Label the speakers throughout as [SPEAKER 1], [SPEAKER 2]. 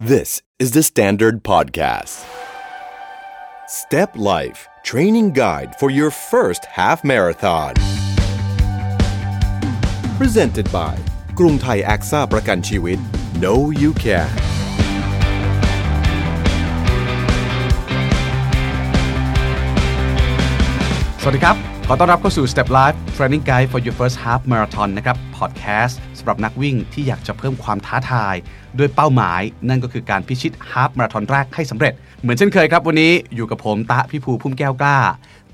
[SPEAKER 1] This is the Standard Podcast. Step Life Training Guide for your first half marathon. Presented by กรุงไทย a อ a ประกันชีวิต No You Can
[SPEAKER 2] สวัสดีครับ ขอต้อนรับเข้าสู่ Step Life Training Guide for Your First Half Marathon นะครับ podcast สำหรับนักวิ่งที่อยากจะเพิ่มความท้าทาย ด้วยเป้าหมาย นั่นก็คือการพิชิตฮาฟมาราธอนแรกให้สำเร็จ เหมือนเช่นเคยครับ วันนี้อยู่กับผมตะพี่ภูพุ่มแก้วกล้า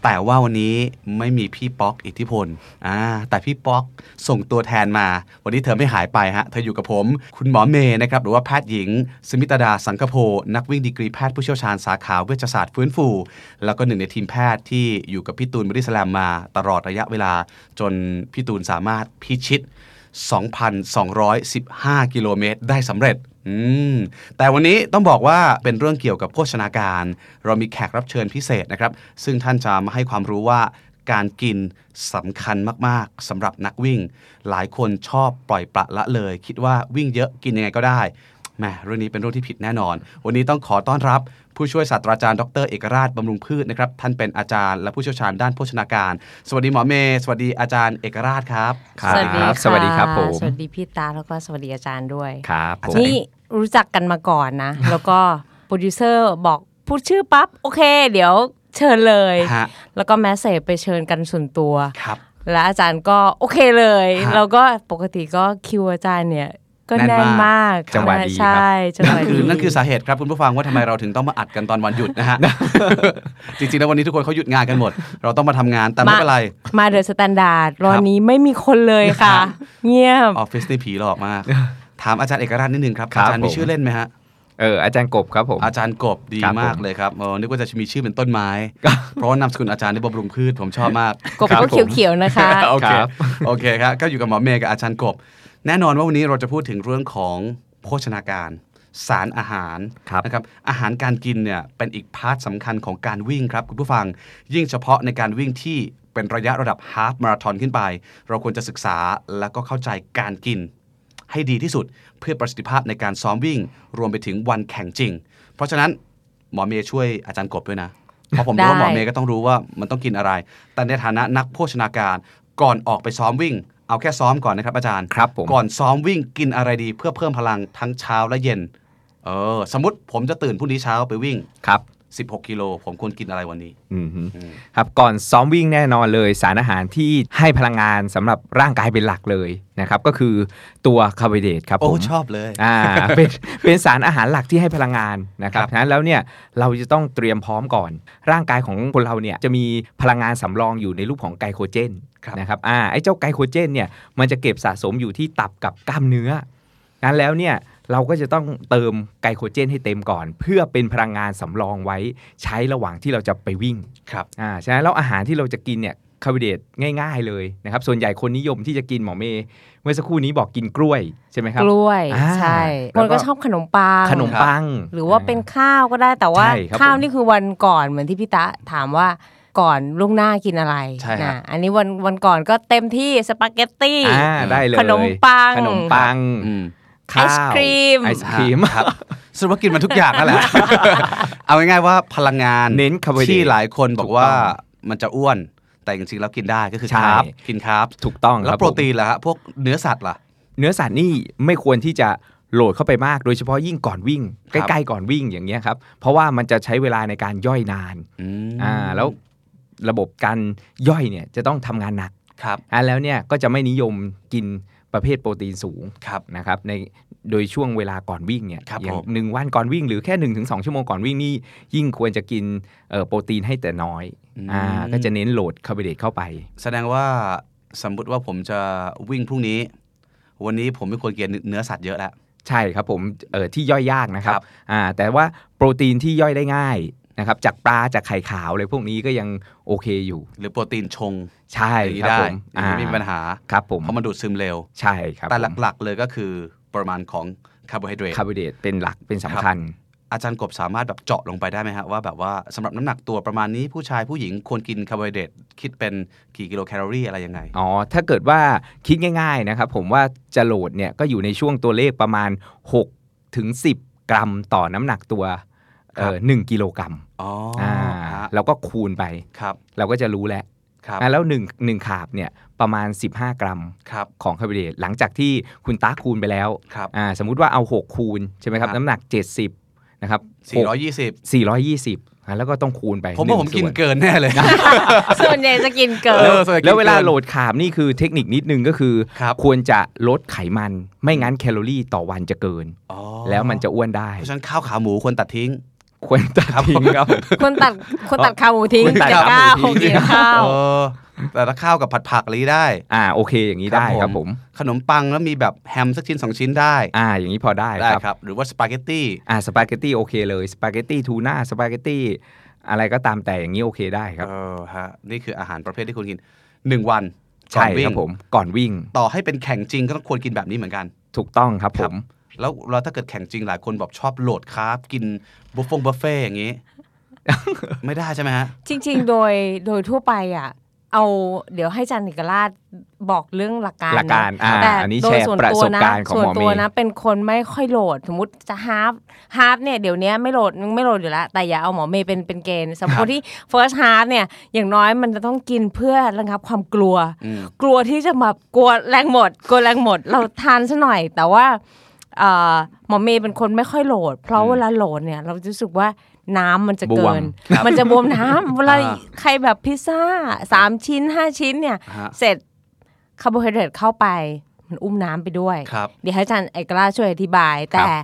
[SPEAKER 2] แต่ว่าวันนี้ไม่มีพี่ป๊อกอิทธิพลอ่าแต่พี่ป๊อกส่งตัวแทนมา วันนี้เธอไม่หายไปฮะ เธออยู่กับผม คุณหมอเมย์นะครับ หรือว่าแพทย์หญิง สมิตดาสังคโพนักวิ่งดีกรีแพทย์ผู้เชี่ยวชาญสาขาเวชศาสตร์ฟื้นฟู แล้วก็หนึ่งในทีมแพทย์ที่อยู่กับพี่ตูนบริสแลมมาตลอดระยะเวลา จนพี่ตูนสามารถพิชิต 2,215 กิโลเมตรได้สำเร็จ อืม แต่วันนี้ต้องบอกว่าเป็นเรื่องเกี่ยวกับโภชนาการ เรามีแขกรับเชิญพิเศษนะครับ ซึ่งท่านจะมาให้ความรู้ว่าการกินสำคัญมาก ๆสำหรับนักวิ่ง หลายคนชอบปล่อยปละละเลย คิดว่าวิ่งเยอะกินยังไงก็ได้แหมเรื่องนี้เป็นเรื่องที่ผิดแน่นอน วันนี้ต้องขอต้อนรับ ผู้ช่วยศาสตราจารย์ดรเอกราชบำรุงพืชนะครับท่านเป็นอาจารย์และผู้เชี่ยวชาญด้านโภชนาการ สวัสดีหมอเมย์สวัสดีอาจารย์เอกราชครับ
[SPEAKER 3] ครับ
[SPEAKER 4] สวัสดีครับ
[SPEAKER 3] ะ
[SPEAKER 4] ผม
[SPEAKER 3] สวัสดีพี่ตาแล้วก็สวัสดีอาจารย์ด้วย
[SPEAKER 4] ครับผม
[SPEAKER 3] นี่รู้จักกันมาก่อนนะ แล้วก็โปรดิวเซอร์บอกพูดชื่อปั๊บ โอเค เดี๋ยวเชิญเลย
[SPEAKER 2] ฮะ
[SPEAKER 3] แล้วก็แมสเซจไปเชิญกันส่วนตัว
[SPEAKER 2] ครับ
[SPEAKER 3] และอาจารย์ก็โอเคเลย
[SPEAKER 2] ฮะ
[SPEAKER 3] แล้วก็ปกติก็คิวอาจารย์เนี่ย ก็
[SPEAKER 2] แน่
[SPEAKER 3] แน่
[SPEAKER 2] น
[SPEAKER 3] น
[SPEAKER 2] มาก
[SPEAKER 3] มาก
[SPEAKER 4] จังหวะดี
[SPEAKER 3] ใช่จังห
[SPEAKER 2] นั่
[SPEAKER 3] วะ
[SPEAKER 2] นคื
[SPEAKER 3] ดี
[SPEAKER 2] อนั่นคือสาเหตุครับคุณผู้ฟังว่าทำไมเราถึงต้องมาอัดกันตอนวันหยุดนะฮะ จริงๆแล้ววันนี้ทุกคนเขาหยุดงานกันหมด เราต้องมาทำงานแต่ไม่เป็นไร
[SPEAKER 3] มาเดอะสแตนดาร์ดรอ
[SPEAKER 2] ครับ
[SPEAKER 3] นี้ไม่มีคนเลยค่ะ เงียบ
[SPEAKER 2] ออฟฟิศนี่ผีหลอก มาก ถามอาจารย์เอกราชนิดนึงครับ
[SPEAKER 4] ครับ
[SPEAKER 2] อาจารย์มี
[SPEAKER 4] ผม
[SPEAKER 2] ชื่อเล่นไหมฮะ
[SPEAKER 4] เอออาจารย์กบครับผม
[SPEAKER 2] อาจารย์กบดี
[SPEAKER 4] ครับ
[SPEAKER 2] มาก
[SPEAKER 4] ผม
[SPEAKER 2] เลยครับเออนึกว่าจะมีชื่อเป็นต้นไม้ เพราะว่านามสกุลอาจารย์ในบำรุงพืชผมชอบมาก
[SPEAKER 3] กบ
[SPEAKER 4] ครับ
[SPEAKER 3] ก็
[SPEAKER 4] ผม
[SPEAKER 3] เขียวๆนะคะ
[SPEAKER 2] โอเค
[SPEAKER 4] ครับ
[SPEAKER 2] โอเคครับ ก็อยู่กับหมอเมย์กับอาจารย์กบ แน่นอนว่าวันนี้เราจะพูดถึงเรื่องของโภชนาการ สารอาหาร
[SPEAKER 4] ครับ
[SPEAKER 2] นะครับ อาหารการกินเนี่ยเป็นอีกพาร์ทสำคัญของการวิ่งครับ คุณผู้ฟัง ยิ่งเฉพาะในการวิ่งที่เป็นระยะระดับฮาฟมาราทอนขึ้นไป เราควรจะศึกษาแล้วก็เข้าใจการกิน ให้ดีที่สุดเพื่อประสิทธิภาพในการซ้อมวิ่ง รวมไปถึงวันแข่งจริง เพราะฉะนั้นหมอเมย์ช่วยอาจารย์กบด้วยนะ เพราะผมรู้ว่าหมอเมย์ก็ต้องรู้ว่ามันต้องกินอะไร แต่ในฐานะนักโภชนาการก่อนออกไปซ้อมวิ่ง เอาแค่ซ้อมก่อนนะครับอาจารย์
[SPEAKER 4] ครับผม
[SPEAKER 2] ก่อนซ้อมวิ่งกินอะไรดี เพื่อเพิ่มพลังทั้งเช้าและเย็น เออ สมมติผมจะตื่นพรุ่งนี้เช้าไปวิ่ง
[SPEAKER 4] ครับ
[SPEAKER 2] 16 กิโล ผมควรกินอะไรวันนี้
[SPEAKER 4] อืมฮึครับก่อนซ้อมวิ่งแน่นอนเลยสารอาหารที่ให้พลังงานสำหรับร่างกายเป็นหลักเลยนะครับก็คือตัวคาร์โบไฮเดรตครับ
[SPEAKER 2] โอ้
[SPEAKER 4] ผม
[SPEAKER 2] ชอบเลย
[SPEAKER 4] อ่า เป็นเป็นสารอาหารหลักที่ให้พลังงานนะครับฉะนั้นแล้วเนี่ยเราจะต้องเตรียมพร้อมก่อน ร่างกายของคนเราเนี่ยจะมีพลังงานสำรองอยู่ในรูปของไกลโคเจน
[SPEAKER 2] ครับ
[SPEAKER 4] นะครับ อ่า ไอ้เจ้าไกลโคเจนเนี่ย มันจะเก็บสะสมอยู่ที่ตับกับกล้ามเนื้อ งั้นแล้วเนี่ย เราก็จะต้องเติมไกลโคเจนให้เต็มก่อน เพื่อเป็นพลังงานสำรองไว้ใช้ระหว่างที่เราจะไปวิ่ง
[SPEAKER 2] ครับ
[SPEAKER 4] อ่า ฉะนั้นแล้วอาหารที่เราจะกินเนี่ย คาร์โบไฮเดรตง่ายๆเลยนะครับ ส่วนใหญ่คนนิยมที่จะกินหมอเมย์เมื่อสักครู่นี้บอกกินกล้วยใช่ไหมครับ
[SPEAKER 3] กล้วย
[SPEAKER 4] อ่า
[SPEAKER 3] ใช่
[SPEAKER 4] แล้ว
[SPEAKER 3] ค
[SPEAKER 4] น ก็
[SPEAKER 3] ก็ชอบขนมปัง
[SPEAKER 4] ขนมปัง
[SPEAKER 3] หรือว่าเป็นข้าวก็ได้แต่ว่า
[SPEAKER 4] ใช่ครับ
[SPEAKER 3] ข้าว
[SPEAKER 4] ผม
[SPEAKER 3] นี่คือวันก่อนเหมือนที่พี่ตะถามว่าก่อนล่วงหน้ากินอะไร
[SPEAKER 2] ใช่ฮะ
[SPEAKER 3] นะอันนี้วันวันก่อนก็เต็มที่สปาเกตตี้
[SPEAKER 4] อ่า ได้เลย
[SPEAKER 3] ขนมปัง
[SPEAKER 4] ขนมปัง
[SPEAKER 2] อืม
[SPEAKER 4] ข้าว
[SPEAKER 3] ไอศกรีม
[SPEAKER 4] ไอศครีม
[SPEAKER 2] ครับ สรุปว่ากินมันทุกอย่างนั่นแหละ เอาง่ายๆว่าพลังงาน
[SPEAKER 4] เน้นคาร์โบไฮเดรต
[SPEAKER 2] ที่หลายคนบอกว่า
[SPEAKER 4] ถูกต้
[SPEAKER 2] มันจะอ้วน แต่จริงๆแล้วกินได้ก็คือ
[SPEAKER 4] ใช่
[SPEAKER 2] คาร์บกินคาร์บ
[SPEAKER 4] ถูกต้องค
[SPEAKER 2] แล้
[SPEAKER 4] รั
[SPEAKER 2] ว
[SPEAKER 4] บ
[SPEAKER 2] โปร
[SPEAKER 4] ผม
[SPEAKER 2] ตีนล่ะฮะพวกเนื้อสัตว์ล่ะ
[SPEAKER 4] เนื้อสัตว์นี่ไม่ควรที่จะโหลดเข้าไปมากโดยเฉพาะยิ่งก่อนวิ่ง
[SPEAKER 2] ครับ
[SPEAKER 4] ใกล้ๆก่อนวิ่งอย่างเงี้ยครับ เพราะว่ามันจะใช้เวลาในการย่อยนาน
[SPEAKER 2] อืม
[SPEAKER 4] อ่าแล้วระบบการย่อยเนี่ยจะต้องทำงานหนัก
[SPEAKER 2] ครับ
[SPEAKER 4] อ่าแล้วเนี่ยก็จะไม่นิยมกินประเภทโปรตีนสูง
[SPEAKER 2] ครับ
[SPEAKER 4] นะครับในโดยช่วงเวลาก่อนวิ่งเนี่ย
[SPEAKER 2] ครับ
[SPEAKER 4] อย่าง
[SPEAKER 2] ผม
[SPEAKER 4] หนึ่งวันก่อนวิ่งหรือแค่1นถึงสชั่วโมงก่อนวิ่งนี่ยิ่งควรจะกินเอ่อโปรตีนให้แต่น้อย
[SPEAKER 2] อืม
[SPEAKER 4] อ่าก็จะเน้นโหลดคาร์โบไฮเดรตเข้าไป
[SPEAKER 2] แสดงว่าสมมติว่าผมจะวิ่งพรุ่งนี้ วันนี้ผมไม่ควรกินเนื้อสัตว์เยอะแล้ว
[SPEAKER 4] ใช่ครับผมเอ่อที่ย่อยยากนะครั
[SPEAKER 2] ครับ บ
[SPEAKER 4] อ่าแต่ว่าโปรตีนที่ย่อยได้ง่ายนะครับจากปลาจากไข่ขาวอะไรพวกนี้ก็ยังโอเคอยู่
[SPEAKER 2] หรือโปรตีนชง
[SPEAKER 4] ใช่
[SPEAKER 2] อย่างนี้
[SPEAKER 4] ครับ
[SPEAKER 2] ได้
[SPEAKER 4] ผม
[SPEAKER 2] อย่างนี้ไม่มีปัญหา
[SPEAKER 4] ครับผม
[SPEAKER 2] เพราะมันดูดซึมเร็ว
[SPEAKER 4] ใช่ครับ
[SPEAKER 2] แต่
[SPEAKER 4] ผม
[SPEAKER 2] หลักๆเลยก็คือปริมาณของคาร์โบไฮเดรต
[SPEAKER 4] คาร์โบไฮเดรตเป็นหลักเป็นสำคัญ
[SPEAKER 2] อาจารย์กบสามารถแบบเจาะลงไปได้ไหมฮะว่าแบบว่าสำหรับน้ำหนักตัวประมาณนี้ผู้ชายผู้หญิงควรกินคาร์โบไฮเดรตคิดเป็นกี่กิโลแคลอรี่อะไรยังไง
[SPEAKER 4] อ๋อ ถ้าเกิดว่าคิดง่าย ๆ นะครับผมว่าจะโหลดเนี่ยก็อยู่ในช่วงตัวเลขประมาณ 6 ถึง 10 กรัมต่อน้ำหนักตัวเอ่
[SPEAKER 2] ค
[SPEAKER 4] อ
[SPEAKER 2] รับ
[SPEAKER 4] หนึ่งกิโลกรัม
[SPEAKER 2] อ๋อ
[SPEAKER 4] อ่า
[SPEAKER 2] ฮะ
[SPEAKER 4] แล้วก็คูณไป
[SPEAKER 2] ครับ
[SPEAKER 4] เราก็จะรู้แล้ว
[SPEAKER 2] ครับ
[SPEAKER 4] อ่ะแล้วหนึ่งหนึ่งขาบเนี่ยประมาณ 15 กรัม
[SPEAKER 2] ครับ
[SPEAKER 4] ของคาร์โบไฮเดรตหลังจากที่คุณตาคูณไปแล้ว
[SPEAKER 2] ครับ
[SPEAKER 4] อ่าสมมุติว่าเอา 6 คูณใช่ไหมครั
[SPEAKER 2] ค
[SPEAKER 4] บ
[SPEAKER 2] รับ
[SPEAKER 4] น้ำหนัก 70นะครับ
[SPEAKER 2] สี่ร้อยยี่สิบ
[SPEAKER 4] 420อ่ะแล้วก็ต้องคูณไป
[SPEAKER 2] ผมว่า
[SPEAKER 4] ห
[SPEAKER 2] ผม
[SPEAKER 4] ง
[SPEAKER 2] กิน
[SPEAKER 4] ส่ว
[SPEAKER 2] เกินแน่ เลย
[SPEAKER 3] ส่วนใหญ่จะกินเกิ
[SPEAKER 2] เอ
[SPEAKER 3] น
[SPEAKER 2] ส่วนใหญ่กิน
[SPEAKER 4] แล้วเวลา
[SPEAKER 2] เกิน
[SPEAKER 4] โหลดคาร์บนี่คือเทคนิคนิดนึงก็คือ
[SPEAKER 2] ครับ
[SPEAKER 4] ควรจะลดไขมัน ไม่งั้นแคลอรี่ต่อวันจะเกิน
[SPEAKER 2] อ๋อ
[SPEAKER 4] แล้วมันจะอ้วนได้
[SPEAKER 2] เพราะฉะนั้นข้าวขาหมูควรตัดทิ้ง
[SPEAKER 4] ควรตัด
[SPEAKER 2] ครับ
[SPEAKER 4] ทิ้งครับ
[SPEAKER 3] คนตัดคนตัดขาหมูทิ้ง
[SPEAKER 4] คนตัด
[SPEAKER 3] เกี่ยว
[SPEAKER 4] ขา
[SPEAKER 3] ข้าว
[SPEAKER 4] หมูทิ้ง
[SPEAKER 3] เกี่ยวข้าว
[SPEAKER 2] เออแต่ถ้าข้าวกับผัดผักอะไรได้
[SPEAKER 4] อ่าโอเคอย่าง
[SPEAKER 2] ค
[SPEAKER 4] นี้
[SPEAKER 2] รับ
[SPEAKER 4] ได้ครั
[SPEAKER 2] ผ
[SPEAKER 4] บ
[SPEAKER 2] ม
[SPEAKER 4] ผม
[SPEAKER 2] ขนมปังแล้วมีแบบแฮมสักชิ้นสองชิ้นได้
[SPEAKER 4] อ่าอย่างนี้พอได้
[SPEAKER 2] ได้
[SPEAKER 4] ค
[SPEAKER 2] ครับ รับหรือว่าสปาเกตตี้
[SPEAKER 4] อ่าสปาเกตตี้โอเคเลยสปาเกตตี้ทูน่าสปาเกตตี้อะไรก็ตามแต่อย่างนี้โอเคได้ครับ
[SPEAKER 2] เออฮะนี่คืออาหารประเภทที่คุณกินหนึ่งวันก่อ
[SPEAKER 4] ใช่
[SPEAKER 2] นวิ่
[SPEAKER 4] ค
[SPEAKER 2] ง
[SPEAKER 4] รับผมก่อนวิ่ง
[SPEAKER 2] ต่อให้เป็นแข่งจริงก็ต้องควรกินแบบนี้เหมือนกัน
[SPEAKER 4] ถูกต้องครับ
[SPEAKER 2] ค
[SPEAKER 4] ผ
[SPEAKER 2] รับ
[SPEAKER 4] ม
[SPEAKER 2] แล้วเราถ้าเกิดแข่งจริงหลายคนแบบชอบโหลดคาร์บกินบุฟเฟงบุฟเฟ่อย่าง นี้ ไม่ได้ใช่ไหมฮะ
[SPEAKER 3] จริงๆ โดยโดยทั่วไปอ่ะ เอาเดี๋ยวให้จันเอกราชบอกเรื่องหลักการ
[SPEAKER 4] หลักการ
[SPEAKER 3] เน
[SPEAKER 4] อ่า
[SPEAKER 3] อะแต่
[SPEAKER 4] อันนี้
[SPEAKER 3] โดย
[SPEAKER 4] แชร์
[SPEAKER 3] ส่วน
[SPEAKER 4] ประ
[SPEAKER 3] ตัว
[SPEAKER 4] สบ
[SPEAKER 3] นะ
[SPEAKER 4] การณ์ของห
[SPEAKER 3] ส่
[SPEAKER 4] ม
[SPEAKER 3] วน
[SPEAKER 4] อเมย์
[SPEAKER 3] ตัวนะ เป็นคนไม่ค่อยโหลด สมมติจะฮาร์ฟฮาร์ฟเนี่ยเดี๋ยวนี้ไม่โหลดไม่โหลดอยู่แล้วแต่อย่าเอาหมอเมย์เป็นเป็นเกณฑ์สมมติที่ first half เนี่ยอย่างน้อยมันจะต้องกินเพื่อระงับความกลัว
[SPEAKER 2] อืม
[SPEAKER 3] กลัวที่จะแบบกลัวแรงหมดกลัวแรงหมดเราทานซะหน่อย แต่ว่าเอ่อหมอเมย์เป็นคนไม่ค่อยโหลด เพราะเวลาโหลดเนี่ย เราจะรู้สึกว่าน้ำมันจะ
[SPEAKER 4] บว
[SPEAKER 3] เกิ
[SPEAKER 4] ม
[SPEAKER 3] น มันจะบวมน้ำเวลา
[SPEAKER 2] อ่า
[SPEAKER 3] ใครแบบพิซซ่าสามชิ้นห้าชิ้นเนี่ย
[SPEAKER 2] ฮะ
[SPEAKER 3] เสร็จคาร์โบไฮเดรตเข้าไปมันอุ้มน้ำไปด้วย
[SPEAKER 2] ครับ
[SPEAKER 3] เดี๋ยวให้อาจารย์เอกราชช่วยอธิบาย แต่
[SPEAKER 2] ครับ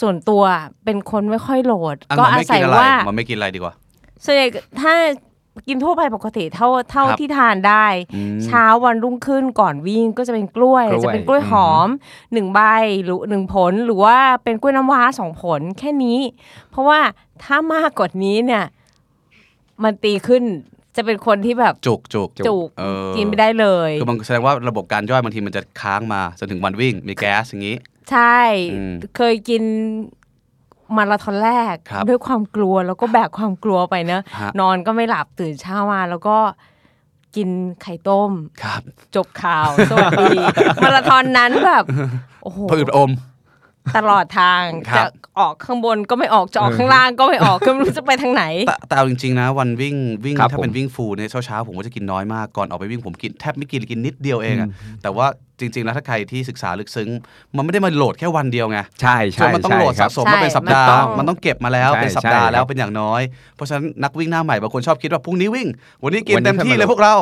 [SPEAKER 3] ส่วนตัวเป็นคนไม่ค่อยโหลด
[SPEAKER 2] อ่ะ
[SPEAKER 3] ก็
[SPEAKER 2] มัน
[SPEAKER 3] อา
[SPEAKER 2] ไม่
[SPEAKER 3] ศั
[SPEAKER 2] กิ
[SPEAKER 3] ย
[SPEAKER 2] นอะไร
[SPEAKER 3] ว่า
[SPEAKER 2] มันไม่กินอะไรดีกว่า
[SPEAKER 3] ส่วนใหญ่ถ้ากินทั่วไปปกติเท่าเท่า
[SPEAKER 2] ครับ
[SPEAKER 3] ที่ทานได้
[SPEAKER 2] อืม
[SPEAKER 3] เช้าวันรุ่งขึ้นก่อนวิ่งก็จะเป็นกล้วย
[SPEAKER 4] กล้วย
[SPEAKER 3] จะเป็นกล้วยหอมหนึ่งใบหรือหนึ่งผลหรือว่าเป็นกล้วยน้ำว้าสองผลแค่นี้ เพราะว่าถ้ามากกว่านี้เนี่ย มันตีขึ้นจะเป็นคนที่แบบ
[SPEAKER 2] จุกจุก
[SPEAKER 3] จุก
[SPEAKER 2] เออ
[SPEAKER 3] กินไม่ได้เลย
[SPEAKER 2] คือมันแสดงว่าระบบการย่อยบางทีมันจะค้างมาจนถึงวันวิ่งมีแก๊สอย่างนี้
[SPEAKER 3] ใช่
[SPEAKER 2] อืม
[SPEAKER 3] เคยกินมาราธอนแรก
[SPEAKER 2] ครับ
[SPEAKER 3] ด้วยความกลัวแล้วก็แบกความกลัวไปเนอะ
[SPEAKER 2] ฮะ
[SPEAKER 3] นอนก็ไม่หลับตื่นเช้ามาแล้วก็กินไข่ต้ม
[SPEAKER 2] ครับ
[SPEAKER 3] จบข่าว สวัส ดี มาราธอนนั้นแบบโอ้โห
[SPEAKER 2] พืชอม
[SPEAKER 3] ตลอดทาง
[SPEAKER 2] ครั
[SPEAKER 3] จะ
[SPEAKER 2] บ
[SPEAKER 3] ออกข้างบนก็ไม่ออกจะออกข้างล่างก็ไม่ออกก็ไม่รู้จะไปทางไหน
[SPEAKER 2] แต่แต่เอาจริงๆนะวันวิ่งวิ่ง
[SPEAKER 4] ครับ
[SPEAKER 2] ถ้าเป็น
[SPEAKER 4] ผม
[SPEAKER 2] วิ่งฟูลเนี่ยเช้าๆผมก็จะกินน้อยมากก่อนออกไปวิ่งผมกินแทบไม่กินเลยกินนิดเดียวเองอะแต่ว่าจริง ๆ แล้วถ้าใครที่ศึกษาลึกซึ้ง มันไม่ได้มาโหลดแค่วันเดียวไง
[SPEAKER 4] ใช่
[SPEAKER 2] ส่ว
[SPEAKER 4] ใช่
[SPEAKER 2] นมันต้อง
[SPEAKER 4] ใช่
[SPEAKER 2] โหลด
[SPEAKER 4] ครั
[SPEAKER 2] สะ
[SPEAKER 4] บ
[SPEAKER 2] สมมาเป็นสัปดาห์
[SPEAKER 3] ใช่มันต้อง
[SPEAKER 2] มันต้องเก็บมาแล้ว
[SPEAKER 4] ใช่
[SPEAKER 2] เป็นสัปดาห์
[SPEAKER 4] ใช่
[SPEAKER 2] แล้วเป็นอย่างน้อย เพราะฉะนั้นนักวิ่งหน้าใหม่บางคนชอบคิดว่าพรุ่งนี้วิ่ง วันนี้กิน
[SPEAKER 4] วันนี้
[SPEAKER 2] เต็มที่
[SPEAKER 4] ทำไม
[SPEAKER 2] เลยพวกเรา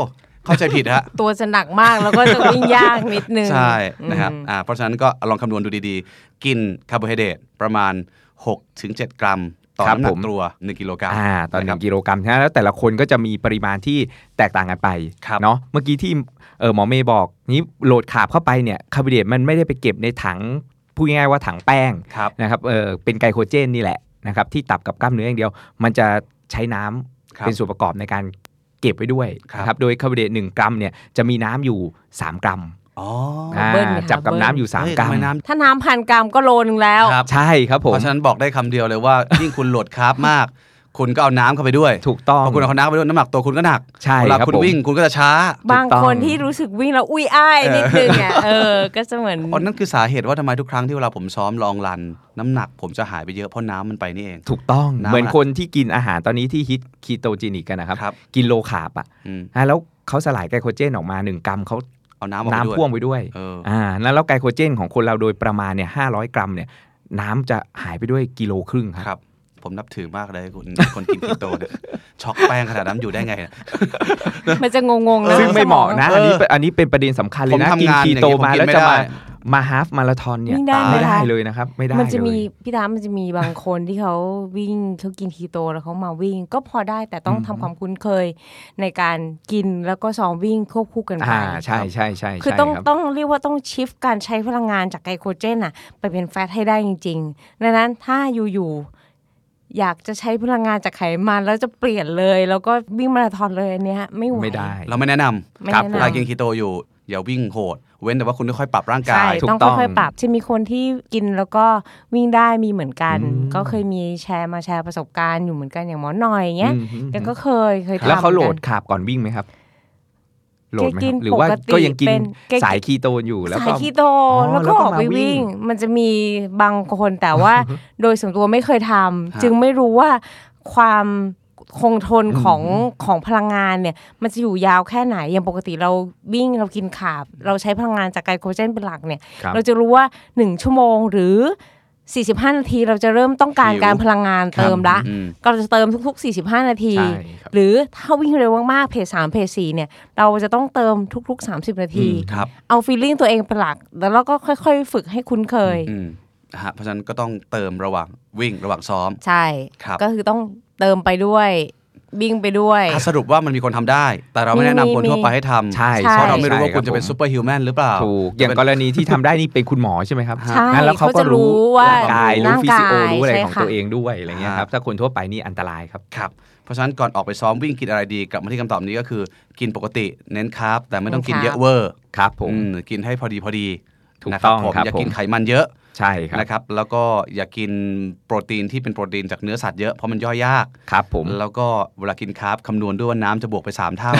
[SPEAKER 2] เข้าใจผิดฮะ
[SPEAKER 3] ตัวจะหนักมากแล้วก็จะวิ่งยากนิดนึง
[SPEAKER 2] ใช่นะครับ
[SPEAKER 3] อืม
[SPEAKER 2] อ่าเพราะฉะนั้นก็ลองคำนวณดูดีๆ กินคาร์โบไฮเดรตประมาณ 6-7 กรัม ต่อ
[SPEAKER 4] ครับ
[SPEAKER 2] น้ำหนั
[SPEAKER 4] ผ
[SPEAKER 2] ก
[SPEAKER 4] ม
[SPEAKER 2] ตัว 1 กิโลกรัม
[SPEAKER 4] อ่าตอนหนึ่งกิโลกรัมนะแล้วแต่ละคนก็จะมีปริมาณที่แตกต่างกันไป
[SPEAKER 2] ครับ
[SPEAKER 4] เนาะเมื่อกี้ที่เออหมอเมย์บอกนี้โหลดขาบเข้าไปเนี่ยคาร์โบไฮเดรตมันไม่ได้ไปเก็บในถังพูดง่ายๆว่าถังแป้ง
[SPEAKER 2] ครับ
[SPEAKER 4] นะครับเออเป็นไกลโคเจนนี่แหละนะครับที่ตับกับกล้ามเนื้ออย่างเดียว มันจะใช้น้ำ
[SPEAKER 2] ครับ
[SPEAKER 4] เป็นส่วนประกอบในการเก็บไว้ด้วย
[SPEAKER 2] ครับ
[SPEAKER 4] นะโดยคาร์โบไฮเดรต1กรัมเนี่ยจะมีน้ำอยู่ 3 กรัม
[SPEAKER 2] อ๋อ
[SPEAKER 4] อ่า
[SPEAKER 3] เบิ้ลค่ะ
[SPEAKER 4] จับกับ
[SPEAKER 3] เบิ้ล
[SPEAKER 4] น้ำอยู่
[SPEAKER 2] เฮ้ย
[SPEAKER 4] 3 กรั
[SPEAKER 2] ทำ
[SPEAKER 4] ม
[SPEAKER 2] ไน้
[SPEAKER 3] ถ้าน้ำพันกรัมก็โลนึงแล้ว
[SPEAKER 2] ำครับ
[SPEAKER 4] ใช่ครับผม
[SPEAKER 2] เพราะฉะนั้นบอกได้คำเดียวเลยว่า ยิ่งคุณโหลดคาร์บมาก คุณก็เอาน้ำเข้าไปด้วย
[SPEAKER 4] ถูกต้อ
[SPEAKER 2] พ
[SPEAKER 4] ง
[SPEAKER 2] อคุณเอาน้ำไปด้วยน้ำหนักตัวคุณก็หนัก
[SPEAKER 4] ใช่
[SPEAKER 2] เวลา
[SPEAKER 4] ครับ
[SPEAKER 2] คุณ
[SPEAKER 4] ผม
[SPEAKER 2] วิ่งคุณก็จะช้า
[SPEAKER 3] บาง
[SPEAKER 4] ถูกต้อง
[SPEAKER 3] คนที่รู้สึกวิ่งแล้วอุ้ยอ้ายนิดนึงอ่ะเออ ก็จะเหมือน
[SPEAKER 2] อ๋อนั่นคือสาเหตุว่าทำไมทุกครั้งที่เวลาผมซ้อมลองรัน น้ำหนักผมจะหายไปเยอะเพราะน้ำมันไปนี่เอง
[SPEAKER 4] ถูกต้อง
[SPEAKER 2] น้ำ
[SPEAKER 4] เหมือน
[SPEAKER 2] อะไร
[SPEAKER 4] คนที่กินอาหารตอนนี้ที่ฮิตคีโตจินิกกันนะครับ
[SPEAKER 2] ครับ
[SPEAKER 4] กินโลคาร์บอ่ะ
[SPEAKER 2] อืม
[SPEAKER 4] อ่ะแล้วเขาสลายไกลโคเจนออกมา 1 กรัมเขา
[SPEAKER 2] เอาน้ำออกไปด้ว
[SPEAKER 4] น้ำ
[SPEAKER 2] ย
[SPEAKER 4] พ่วงไปด้วย
[SPEAKER 2] เออ
[SPEAKER 4] อ่าแล้วแล้วไกลโคเจนของคนเราโดยประมาณเนี่ยห้ากรัมเนี่ยน้ำจะหายไปด้วยกิโลครึ่งค
[SPEAKER 2] ครับรับ ผมนับถือมากเลยคุณ คนกินคีโตเนี่ยช็อกแป้งขนาดนั้นอยู่ได้ไงเนี่ย
[SPEAKER 3] มันจะงงๆนะ
[SPEAKER 4] ซึ่งไม่เหมาะนะ
[SPEAKER 2] เอออั
[SPEAKER 4] อันนี้เป็นอันนี้เป็นประเด็นสำคัญเลยนะ
[SPEAKER 2] ผมทำ
[SPEAKER 4] กิน
[SPEAKER 2] งาน
[SPEAKER 4] คีโต
[SPEAKER 2] อย่างนี้ผมกิน
[SPEAKER 4] มาแล้ว
[SPEAKER 2] ไม่
[SPEAKER 4] จะ
[SPEAKER 2] ได้
[SPEAKER 4] มามาฮาฟมาราธอนเนี่ย
[SPEAKER 3] นี่ได้ไหม
[SPEAKER 4] ไม่ได้
[SPEAKER 3] คะ
[SPEAKER 4] เลยนะครับ ไม่ได้
[SPEAKER 3] มันจะมี
[SPEAKER 4] เลย
[SPEAKER 3] พี่ตามมันจะมีบางคนที่เขาวิ่งเขากินคีโตแล้วเขามาวิ่ง ก็พอได้แต่ต้อง
[SPEAKER 4] อืม
[SPEAKER 3] ทำความคุ้นเคยในการกินแล้วก็ซ้อมวิ่งควบคู่กันไป
[SPEAKER 4] อ่าใช่ใช่ใช่ใช่
[SPEAKER 3] คือต้อง
[SPEAKER 4] รับ
[SPEAKER 3] ต้องเรียกว่าต้องชิฟการใช้พลังงานจากไกลโคเจนอะไปเป็นแฟตให้ได้จริงๆดังนั้นถ้าอยู่ๆอยากจะใช้พลังงานจากไขมันแล้วจะเปลี่ยนเลย แล้วก็วิ่งมาราธอนเลยอันเนี้ยไม่ไหว
[SPEAKER 4] ไม่ได้
[SPEAKER 2] เราไม่แนะน
[SPEAKER 3] ไม่
[SPEAKER 2] ำ
[SPEAKER 3] แนะนำ
[SPEAKER 2] เวลากินคีโตอยู่ อย่าวิ่งโหด เว้นแต่ว่าคุณค่อยๆปรับร่างกา
[SPEAKER 3] ใช่
[SPEAKER 2] ย
[SPEAKER 4] ถูก
[SPEAKER 3] ต้อง
[SPEAKER 4] ต้อง
[SPEAKER 3] ค่อยๆปรับใช่มีคนที่กินแล้วก็วิ่งได้มีเหมือนกัน
[SPEAKER 4] อืม
[SPEAKER 3] ก็เคยมีแชร์มาแชร์ประสบการณ์อยู่เหมือนกันอย่างหมอหน่อยเงี้ย
[SPEAKER 4] อืม
[SPEAKER 3] แกก็เคยเคยทำ
[SPEAKER 4] แล้วเขาโหลด
[SPEAKER 3] กัน
[SPEAKER 4] คาร์บก่อนวิ่งไหมครับ โหลดไหม
[SPEAKER 3] แกกิ
[SPEAKER 4] คน รับหรือว่า
[SPEAKER 3] ปกติ
[SPEAKER 4] ก็ยังกิน
[SPEAKER 3] เป็นแกกิน
[SPEAKER 4] สายคีโตนอยู่แล้ว
[SPEAKER 3] สา
[SPEAKER 4] ก็
[SPEAKER 3] ยคีโต
[SPEAKER 4] อ๋อ
[SPEAKER 3] แล้วก็ออกไป
[SPEAKER 4] แล้วก็มาวิ่
[SPEAKER 3] วิ่
[SPEAKER 4] ง
[SPEAKER 3] ง มันจะมีบางคนแต่ ว่า โดยส่วนตัวไม่เคยทำ
[SPEAKER 2] ฮะ
[SPEAKER 3] จึงไม่รู้ว่าความคงทน
[SPEAKER 2] อืม
[SPEAKER 3] ของของพลังงานเนี่ย มันจะอยู่ยาวแค่ไหนอย่างปกติเราวิ่งเรากินขาบ เราใช้พลังงานจากไกลโคเจนเป็นหลักเนี่ย
[SPEAKER 4] ครับ
[SPEAKER 3] เราจะรู้ว่า 1 ชั่วโมงหรือ 45 นาทีเราจะเริ่มต้องการ
[SPEAKER 2] หิว
[SPEAKER 3] การพลังงานเติมละ
[SPEAKER 2] อืม
[SPEAKER 3] ก็เราจะเติมทุก ๆ 45 นาที
[SPEAKER 4] ใช่ครับ
[SPEAKER 3] หรือถ้าวิ่งเร็วมากๆเพจสามเพจสี่เนี่ย เราจะต้องเติมทุก ๆ 30 นา
[SPEAKER 2] อื
[SPEAKER 3] ที
[SPEAKER 2] มครับ
[SPEAKER 3] เอาฟีลลิ่งตัวเองเป็นหลัก แล้วเราก็ค่อยๆ ฝึกให้คุ้นเคย
[SPEAKER 2] อืมฮะเพราะฉะนั้นก็ต้องเติมระหว่างวิ่งระหว่างซ้อม
[SPEAKER 3] ใช่
[SPEAKER 2] ครับ
[SPEAKER 3] ก็คือต้องเติมไปด้วยวิ่งไปด้วย
[SPEAKER 2] อ่ะสรุปว่ามันมีคนทำได้ แต่เราไม่แนะนำคนทั่วไปให้ทำ
[SPEAKER 4] ใช่
[SPEAKER 3] ใช่
[SPEAKER 2] เพราะเราไม่รู้ว่า
[SPEAKER 4] ใช่
[SPEAKER 2] คุณจะเป็น
[SPEAKER 4] บผม
[SPEAKER 2] ซูเปอร์ฮิวแมนหรือเปล่า
[SPEAKER 4] ถูกอย่างกรณีที่ทำได้นี่เป็นคุณหมอใช่ไหมครับ
[SPEAKER 3] ใช่
[SPEAKER 4] งั้นแล้วเขาก็
[SPEAKER 3] จะ
[SPEAKER 4] รู้
[SPEAKER 3] ว่า
[SPEAKER 4] ร่างกายรู้
[SPEAKER 3] ร่าง
[SPEAKER 4] ฟิ
[SPEAKER 3] กา
[SPEAKER 4] สิโอย รู้อะไร
[SPEAKER 3] ใช่
[SPEAKER 4] ของ
[SPEAKER 3] ค่ะ
[SPEAKER 4] ตัวเองด้วยอะไรเงี้ยครับถ้าคนทั่วไปนี่อันตรายครับ
[SPEAKER 2] ครับ เพราะฉะนั้นก่อนออกไปซ้อมวิ่งกินอะไรดีกลับมาที่คำตอบนี้ก็คือ กินปกติเน้นคาร์บแต่ไม่ต้องกินเยอะเวอร์
[SPEAKER 4] ครับผม
[SPEAKER 2] อืมกินให้พอดีพอดี
[SPEAKER 4] ถูก
[SPEAKER 2] นะ
[SPEAKER 4] ต้อง
[SPEAKER 2] ผม
[SPEAKER 4] ครับ
[SPEAKER 2] อย่ากิน
[SPEAKER 4] ผม
[SPEAKER 2] ไขมันเยอะ
[SPEAKER 4] ใช่ครับ
[SPEAKER 2] นะครับ แล้วก็อย่ากินโปรตีนที่เป็นโปรตีนจากเนื้อสัตว์เยอะเพราะมันย่อยยาก
[SPEAKER 4] ครับผม
[SPEAKER 2] แล้วก็เวลากินคาร์บคำนวณด้วยว่าน้ำจะบวกไป 3 เท่า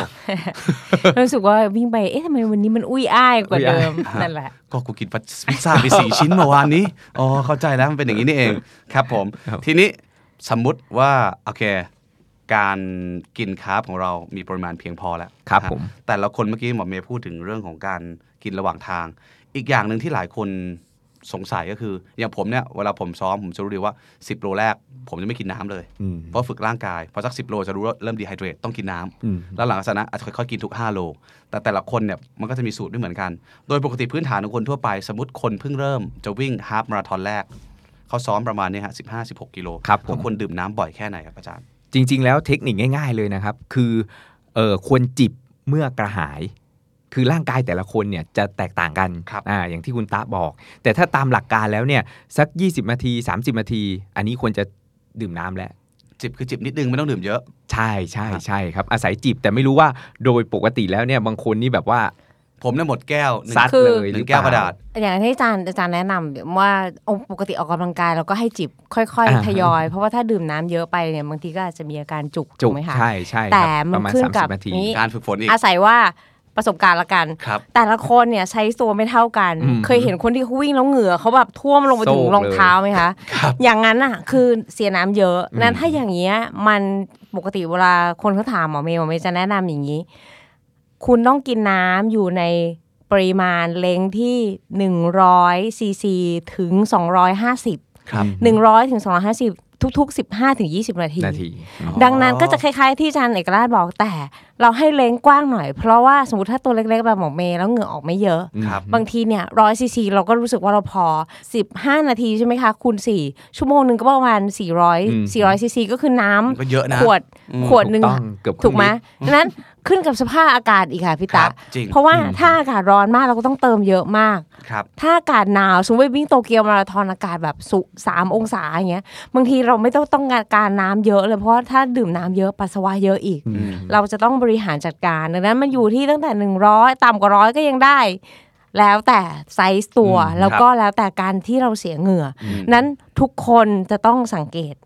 [SPEAKER 3] รู้สึกว่าวิ่งไป เอ๊ะทำไมวันนี้มันอุ้ยอ้ายกว่าเดิม
[SPEAKER 2] อุ้ยอ้ าย
[SPEAKER 3] นั่นแหละ
[SPEAKER 2] ก็กูกินพิซซ่าไปสี่ชิ้นเมื่อวานนี้ อ๋อ เข้าใจแล้วมันเป็นอย่างนี้นี่เอง ครับผม
[SPEAKER 4] ครับ
[SPEAKER 2] ทีนี้สมมุติว่า โอเค การกินคาร์บของเรามีปริมาณเพียงพอแล้ว
[SPEAKER 4] ครับ
[SPEAKER 2] นะฮะ
[SPEAKER 4] ผม
[SPEAKER 2] แต่ละคนเมื่อกี้หมอเมย์พูดถึงเรื่องของการกินระหว่างทาง อีกอย่างหนึ่งที่หลายคนสงสัยก็คือ อย่างผมเนี่ยเวลาผมซ้อมผมจะรู้ดีว่า 10 โลแรก ผมจะไม่กินน้ำเลย
[SPEAKER 4] อืม
[SPEAKER 2] เพราะฝึกร่างกายพอสัก 10 โลจะรู้ว่าเริ่มดีไฮเดรตต้องกินน้ำ
[SPEAKER 4] อืม
[SPEAKER 2] แล้วหลังจากนั้นอาจจะค่อยๆกินทุก 5 โล แต่แต่ละคนเนี่ยมันก็จะมีสูตรไม่เหมือนกัน โดยปกติพื้นฐานของคนทั่วไป สมมติคนเพิ่งเริ่มจะวิ่งฮาล์ฟมาราธอนแรก เขาซ้อมประมาณเนี้ฮะสิบห้าสิบหกกิโล
[SPEAKER 4] ครับผม
[SPEAKER 2] เขาควรดื่มน้ำบ่อยแค่ไหนครับอาจารย์
[SPEAKER 4] จริง ๆ แล้วเทคนิคง่าย ๆ เลยนะครับ คือเออควรจิบเมื่อกระหาย คือร่างกายแต่ละคนเนี่ยจะแตกต่างกัน
[SPEAKER 2] ครับ
[SPEAKER 4] อ่าอย่างที่คุณตาบอก แต่ถ้าตามหลักการแล้วเนี่ยสัก 20 นาที 30 นาที อันนี้ควรจะดื่มน้ำแล้ว
[SPEAKER 2] จิบคือจิบนิดนึงไม่ต้องดื่มเยอะ
[SPEAKER 4] ใช่ใช่
[SPEAKER 2] ครับ
[SPEAKER 4] ใช่ครับ อาศัยจิบแต่ไม่รู้ว่าโดยปกติแล้วเนี่ยบางคนนี่แบบว่า
[SPEAKER 2] ผมเนี่ยหมดแก้วหนึ่ง
[SPEAKER 4] ซัด
[SPEAKER 3] คือ
[SPEAKER 4] เลย
[SPEAKER 2] ห
[SPEAKER 4] หรื
[SPEAKER 2] นึ่
[SPEAKER 4] อง เป
[SPEAKER 2] แก้
[SPEAKER 4] ล่
[SPEAKER 2] วกระดาษ
[SPEAKER 3] อย่างที่อาจารย์อาจารย์แนะนำว่าเอาปกติออกกำลังกายเราก็ให้จิบค่อย
[SPEAKER 4] า
[SPEAKER 3] ๆ
[SPEAKER 4] ฮะ
[SPEAKER 3] ทยอย เพราะว่าถ้าดื่มน้ำเยอะไปเนี่ยบางทีก็อาจจะมีอาการจุก
[SPEAKER 4] จุก
[SPEAKER 3] ถูกไหมคะ
[SPEAKER 4] ใช่ใช่ครับ
[SPEAKER 3] แต่
[SPEAKER 4] ป
[SPEAKER 3] มัน
[SPEAKER 4] ระมาณ
[SPEAKER 3] ขึ้น
[SPEAKER 4] สามสิ
[SPEAKER 3] กับบ
[SPEAKER 4] นาที
[SPEAKER 3] นี้
[SPEAKER 2] การฝึกฝนอีก
[SPEAKER 3] อาศัยว่าประสบการณ์ละกัน
[SPEAKER 2] ครับ
[SPEAKER 3] แต่ละคนเนี่ยใช้ตัวไม่เท่ากัน
[SPEAKER 4] อืม
[SPEAKER 3] เคยเห็นคนที่เขาวิ่งแล้วเหงื่อเขาแบบท่วมลงไปถึ
[SPEAKER 4] โซก
[SPEAKER 3] ง
[SPEAKER 4] เลย
[SPEAKER 3] รองเท้าไหมคะ
[SPEAKER 2] ครับ
[SPEAKER 3] อย่างนั้นอ่ะคือเสียน้ำเยอะ
[SPEAKER 4] อืม
[SPEAKER 3] นั้นถ้าอย่างเงี้ยมันปกติเวลาคนเขาถามหมอเมย์หมอเมย์จะแนะนำอย่างนี้ คุณต้องกินน้ำอยู่ในปริมาณเล็งที่ 100ซีซีถึง
[SPEAKER 2] ค
[SPEAKER 3] 250
[SPEAKER 2] รับ
[SPEAKER 3] 100ถึง250 ทุกๆ 15ถึง20 นาที
[SPEAKER 4] นาทีอืม
[SPEAKER 3] ดังนั้นก็จะคล้ายๆที่อาจารย์เอกราชบอกแต่ เราให้เล้งกว้างหน่อย เพราะว่าสมมติถ้าตัวเล็กๆ แบบหมอเมย์แล้วเหงื่อออกไม่เยอะ
[SPEAKER 2] ครับ
[SPEAKER 3] บางทีเนี่ยร้อยซีซีเราก็รู้สึกว่าเราพอ 15 นาทีใช่ไหมคะ คูณ 4 ชั่วโมงหนึ่งก็ประมาณ 400 400ซีซีก็คือน้ำ
[SPEAKER 2] มันก็เยอะนะ
[SPEAKER 3] ขวด
[SPEAKER 2] อืม
[SPEAKER 3] ขวดหนึ่ง
[SPEAKER 4] ถูกต้องเกือบครึ่ง
[SPEAKER 3] ถูกไหม
[SPEAKER 4] ลิตร
[SPEAKER 3] ดังนั้นขึ้นกับสภาพอากาศอีกค่ะพี่
[SPEAKER 2] ค
[SPEAKER 3] ตา
[SPEAKER 2] รับจริง
[SPEAKER 3] เพราะว่าถ้าอากาศร้อนมากเราก็ต้องเติมเยอะมาก
[SPEAKER 2] ครับ
[SPEAKER 3] ถ้าอากาศหนาวสมมติวิ่งโตเกียวมาราธอนอากาศแบบสุสามองศาอย่างเงี้ยบางทีเราไม่ต้องต้องการน้ำเยอะเลยเพราะว่าถ้าดื่มน้ำเยอะปัสสาวะเยอะอีก
[SPEAKER 4] อืม
[SPEAKER 3] เราจะต้องบริหารจัดการดังนั้นมันอยู่ที่ตั้งแต่ 100 ต่ำกว่าร้อยก็ยังได้ แล้วแต่ไซส์ตัว
[SPEAKER 4] อืม
[SPEAKER 3] แล้วก็แล้วแต่การที่เราเสียเหงื่ออ
[SPEAKER 2] อืม
[SPEAKER 3] นั้นทุกคนจะต้องสังเกต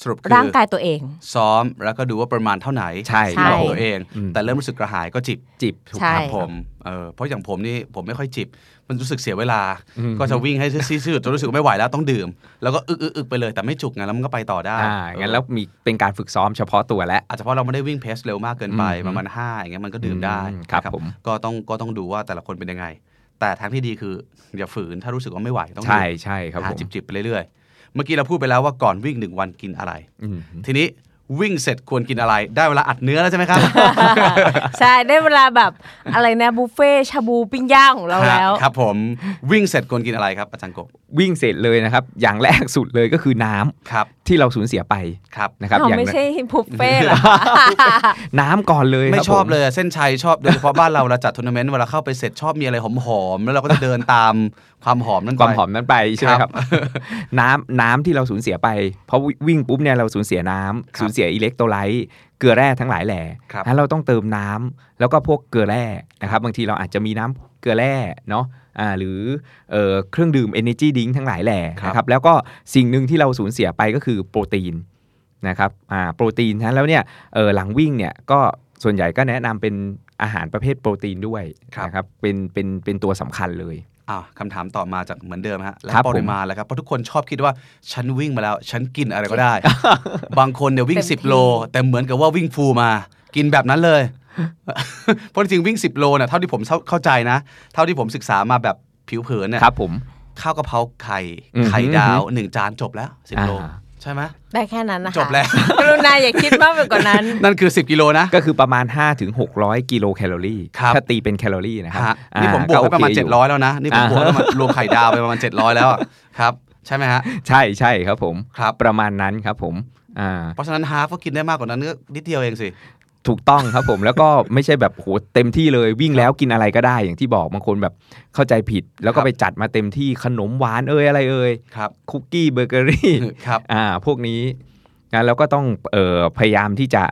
[SPEAKER 2] สรุปคือ
[SPEAKER 3] ร่างกายตัวเอง
[SPEAKER 2] ซ้อมแล้วก็ดูว่าปริมาณเท่าไหน
[SPEAKER 4] ใช่
[SPEAKER 3] ใช่
[SPEAKER 2] เราตัวเอง
[SPEAKER 4] อืม
[SPEAKER 2] แต่เริ่มรู้สึกกระหายก็จิบ
[SPEAKER 4] จิบถูก
[SPEAKER 3] ใช่
[SPEAKER 4] ครับ
[SPEAKER 2] ผมเออเพราะอย่างผมนี่ผมไม่ค่อยจิบ มันรู้สึกเสียเวลา
[SPEAKER 4] อืม
[SPEAKER 2] ก็จะวิ่งให้ ซื่อๆจนรู้สึกไม่ไหวแล้วต้องดื่ม แล้วก็อึกๆๆไปเลยแต่ไม่จุกไงแล้วมันก็ไปต่อได้
[SPEAKER 4] อ่างั้นแล้วมีเป็นการฝึกซ้อมเฉพาะตัวแล้ว
[SPEAKER 2] อาจจะเพราะเราไม่ได้วิ่งเพสเร็วมากเกินไป
[SPEAKER 4] อืม
[SPEAKER 2] ประมาณ5อย่างเงี้ยมันก็ดื่มได้
[SPEAKER 4] อืมครับ
[SPEAKER 2] นะ
[SPEAKER 4] ผม
[SPEAKER 2] ก็ต้องก็ต้องดูว่าแต่ละคนเป็นยังไง แต่ทางที่ดีคืออย่าฝืนถ้ารู้สึกว่าไม่ไหวต้อง
[SPEAKER 4] ใช่
[SPEAKER 2] ดื่ม
[SPEAKER 4] ใช่ครับ
[SPEAKER 2] หา
[SPEAKER 4] ผม
[SPEAKER 2] จิบๆไปเรื่อยๆเมื่อกี้เราพูดไปแล้วว่าก่อนวิ่งหนึ่งวันกินอะไร
[SPEAKER 4] อืม
[SPEAKER 2] ทีนี้วิ่งเสร็จควรกินอะไร ได้เวลาอัดเนื้อแล้วใช่ไห มครับ
[SPEAKER 3] ใช่ได้เวลาแบบอะไรนะบุฟเฟ่ชาบูปิ้งย่างของเราแล้ว
[SPEAKER 2] ครับผมวิ่งเสร็จควรกินอะไรครับอาจารย์กบ
[SPEAKER 4] วิ่งเสร็จเลยนะครับ อย่างแรกสุดเลยก็คือน้ำ
[SPEAKER 2] ครับ
[SPEAKER 4] ที่เราสูญเสียไป
[SPEAKER 2] ครับ
[SPEAKER 4] นะครับ
[SPEAKER 3] เรา
[SPEAKER 4] อย่าง
[SPEAKER 3] ไม่
[SPEAKER 4] น้อย
[SPEAKER 3] ใช่บุฟเฟ่ต์เหรอคะ
[SPEAKER 4] น้ำก่อนเลย
[SPEAKER 2] ไม่
[SPEAKER 4] ครั
[SPEAKER 2] ชอบ
[SPEAKER 4] ผ
[SPEAKER 2] เลยอะเส้นชัยชอบโดยเฉพาะบ้านเราเราจัดทัวร์นาเมนต์เวลาเข้าไปเสร็จชอบมีอะไรหอมๆแล้วเราก็จะเดินตามความหอมนั่น
[SPEAKER 4] ค
[SPEAKER 2] ไป
[SPEAKER 4] วามหอมนั้นไปใช่ไหม
[SPEAKER 2] ค
[SPEAKER 4] ค
[SPEAKER 2] รั
[SPEAKER 4] รั
[SPEAKER 2] บบ
[SPEAKER 4] น้ำน้ำที่เราสูญเสียไป เพราะวิ่งปุ๊บเนี่ยเราสูญเสียน้ำ
[SPEAKER 2] ครับ
[SPEAKER 4] สูญเสียอิเล็กโทรไลต์เกลือแร่ทั้งหลายแหล่
[SPEAKER 2] ครับ
[SPEAKER 4] งั้นเราต้องเติมน้ำแล้วก็พวกเกลือแร่นะครับบางทีเราอาจจะมีน้ำเกลือแร่เนาะอ่าหรือเอ่อเครื่องดื่ม Energy d r i n k ทั้งหลายแหล่
[SPEAKER 2] ครับ
[SPEAKER 4] นะครับแล้วก็สิ่งหนึ่งที่เราสูญเสียไปก็คือโปรตีนนะครับอ่าโปรตีนนะแล้วเนี่ยเอ่อหลังวิ่งเนี่ยก็ ส่วนใหญ่ก็แนะนำเป็นอาหารประเภทโปรตีนด้วย
[SPEAKER 2] ครับ
[SPEAKER 4] นะครับเป็นเป็นเป็นตัวสำคัญเลย
[SPEAKER 2] อ่าคำถามต่อมาจากเหมือนเดิมฮะและ
[SPEAKER 4] ครับผม
[SPEAKER 2] ปริมาณแล้วครับเพราะทุกคนชอบคิดว่าฉันวิ่งมาแล้ว ฉันกินอะไรก็ได้ บางคนเนี่ยวิ่ง
[SPEAKER 3] เต็ม
[SPEAKER 2] 10
[SPEAKER 3] ที่
[SPEAKER 2] โล แต่เหมือนกับว่าวิ่งฟูลมา กินแบบนั้น เลย เพราะจริงๆวิ่ง 10 โลเนี่ยเท่าที่ผมเข้าเข้าใจนะ เท่าที่ผมศึกษามาแบบผิวเผินเนี่ย
[SPEAKER 4] ครับผม
[SPEAKER 2] ข้าวกะเพราไข่
[SPEAKER 4] อืม
[SPEAKER 2] ไข่ดาวหนึ่งจานจบแล้ว 10 โล
[SPEAKER 4] อ่า
[SPEAKER 2] ใช่ไหม
[SPEAKER 3] ได้แค่นั้นนะคะ
[SPEAKER 2] จบแล้ว
[SPEAKER 3] กรุณาอย่าคิดมากไปกว่านั้น
[SPEAKER 2] นั่นคือ 10 กิโลนะ
[SPEAKER 4] ก็คือประมาณ 5 ถึง 600 กิโลแคลอรี่
[SPEAKER 2] ครับ
[SPEAKER 4] ถ้าตีเป็นแคลอรี่นะครับ
[SPEAKER 2] ฮะ
[SPEAKER 4] อ่า
[SPEAKER 2] นี่ผมบวกไปประมาณ
[SPEAKER 4] โอคอ
[SPEAKER 2] 700 แล้วนะ นี่ผมบวก
[SPEAKER 4] อ่า
[SPEAKER 2] ไปประมาณรวมไข่ดาว ไปประมาณ 700 แล้วอะครับ ใช่ไหมฮะ
[SPEAKER 4] ใช่ใช่ครับผม
[SPEAKER 2] ครับ
[SPEAKER 4] ประมาณนั้นครับผมอ่า
[SPEAKER 2] เพราะฉะนั้นฮาร์ฟก็กินได้มากกว่านั้นก็นิดเดียวเองสิ
[SPEAKER 4] ถูกต้องครับผมแล้วก็ไม่ใช่แบบโหเต็มที่เลยวิ่งแล้วกินอะไรก็ได้อย่างที่บอกบางคนแบบเข้าใจผิด แล้ว
[SPEAKER 2] ค
[SPEAKER 4] ก็
[SPEAKER 2] รับ
[SPEAKER 4] ไปจัดมาเต็มที่ขนมหวานเอ่ยอะไรเอ่ย
[SPEAKER 2] ครับ
[SPEAKER 4] คุกกี้เบเกอ รี่
[SPEAKER 2] ครับ
[SPEAKER 4] อ่าพวกนี้นะแล้วก็ต้องเอ่อพยายามที่จะ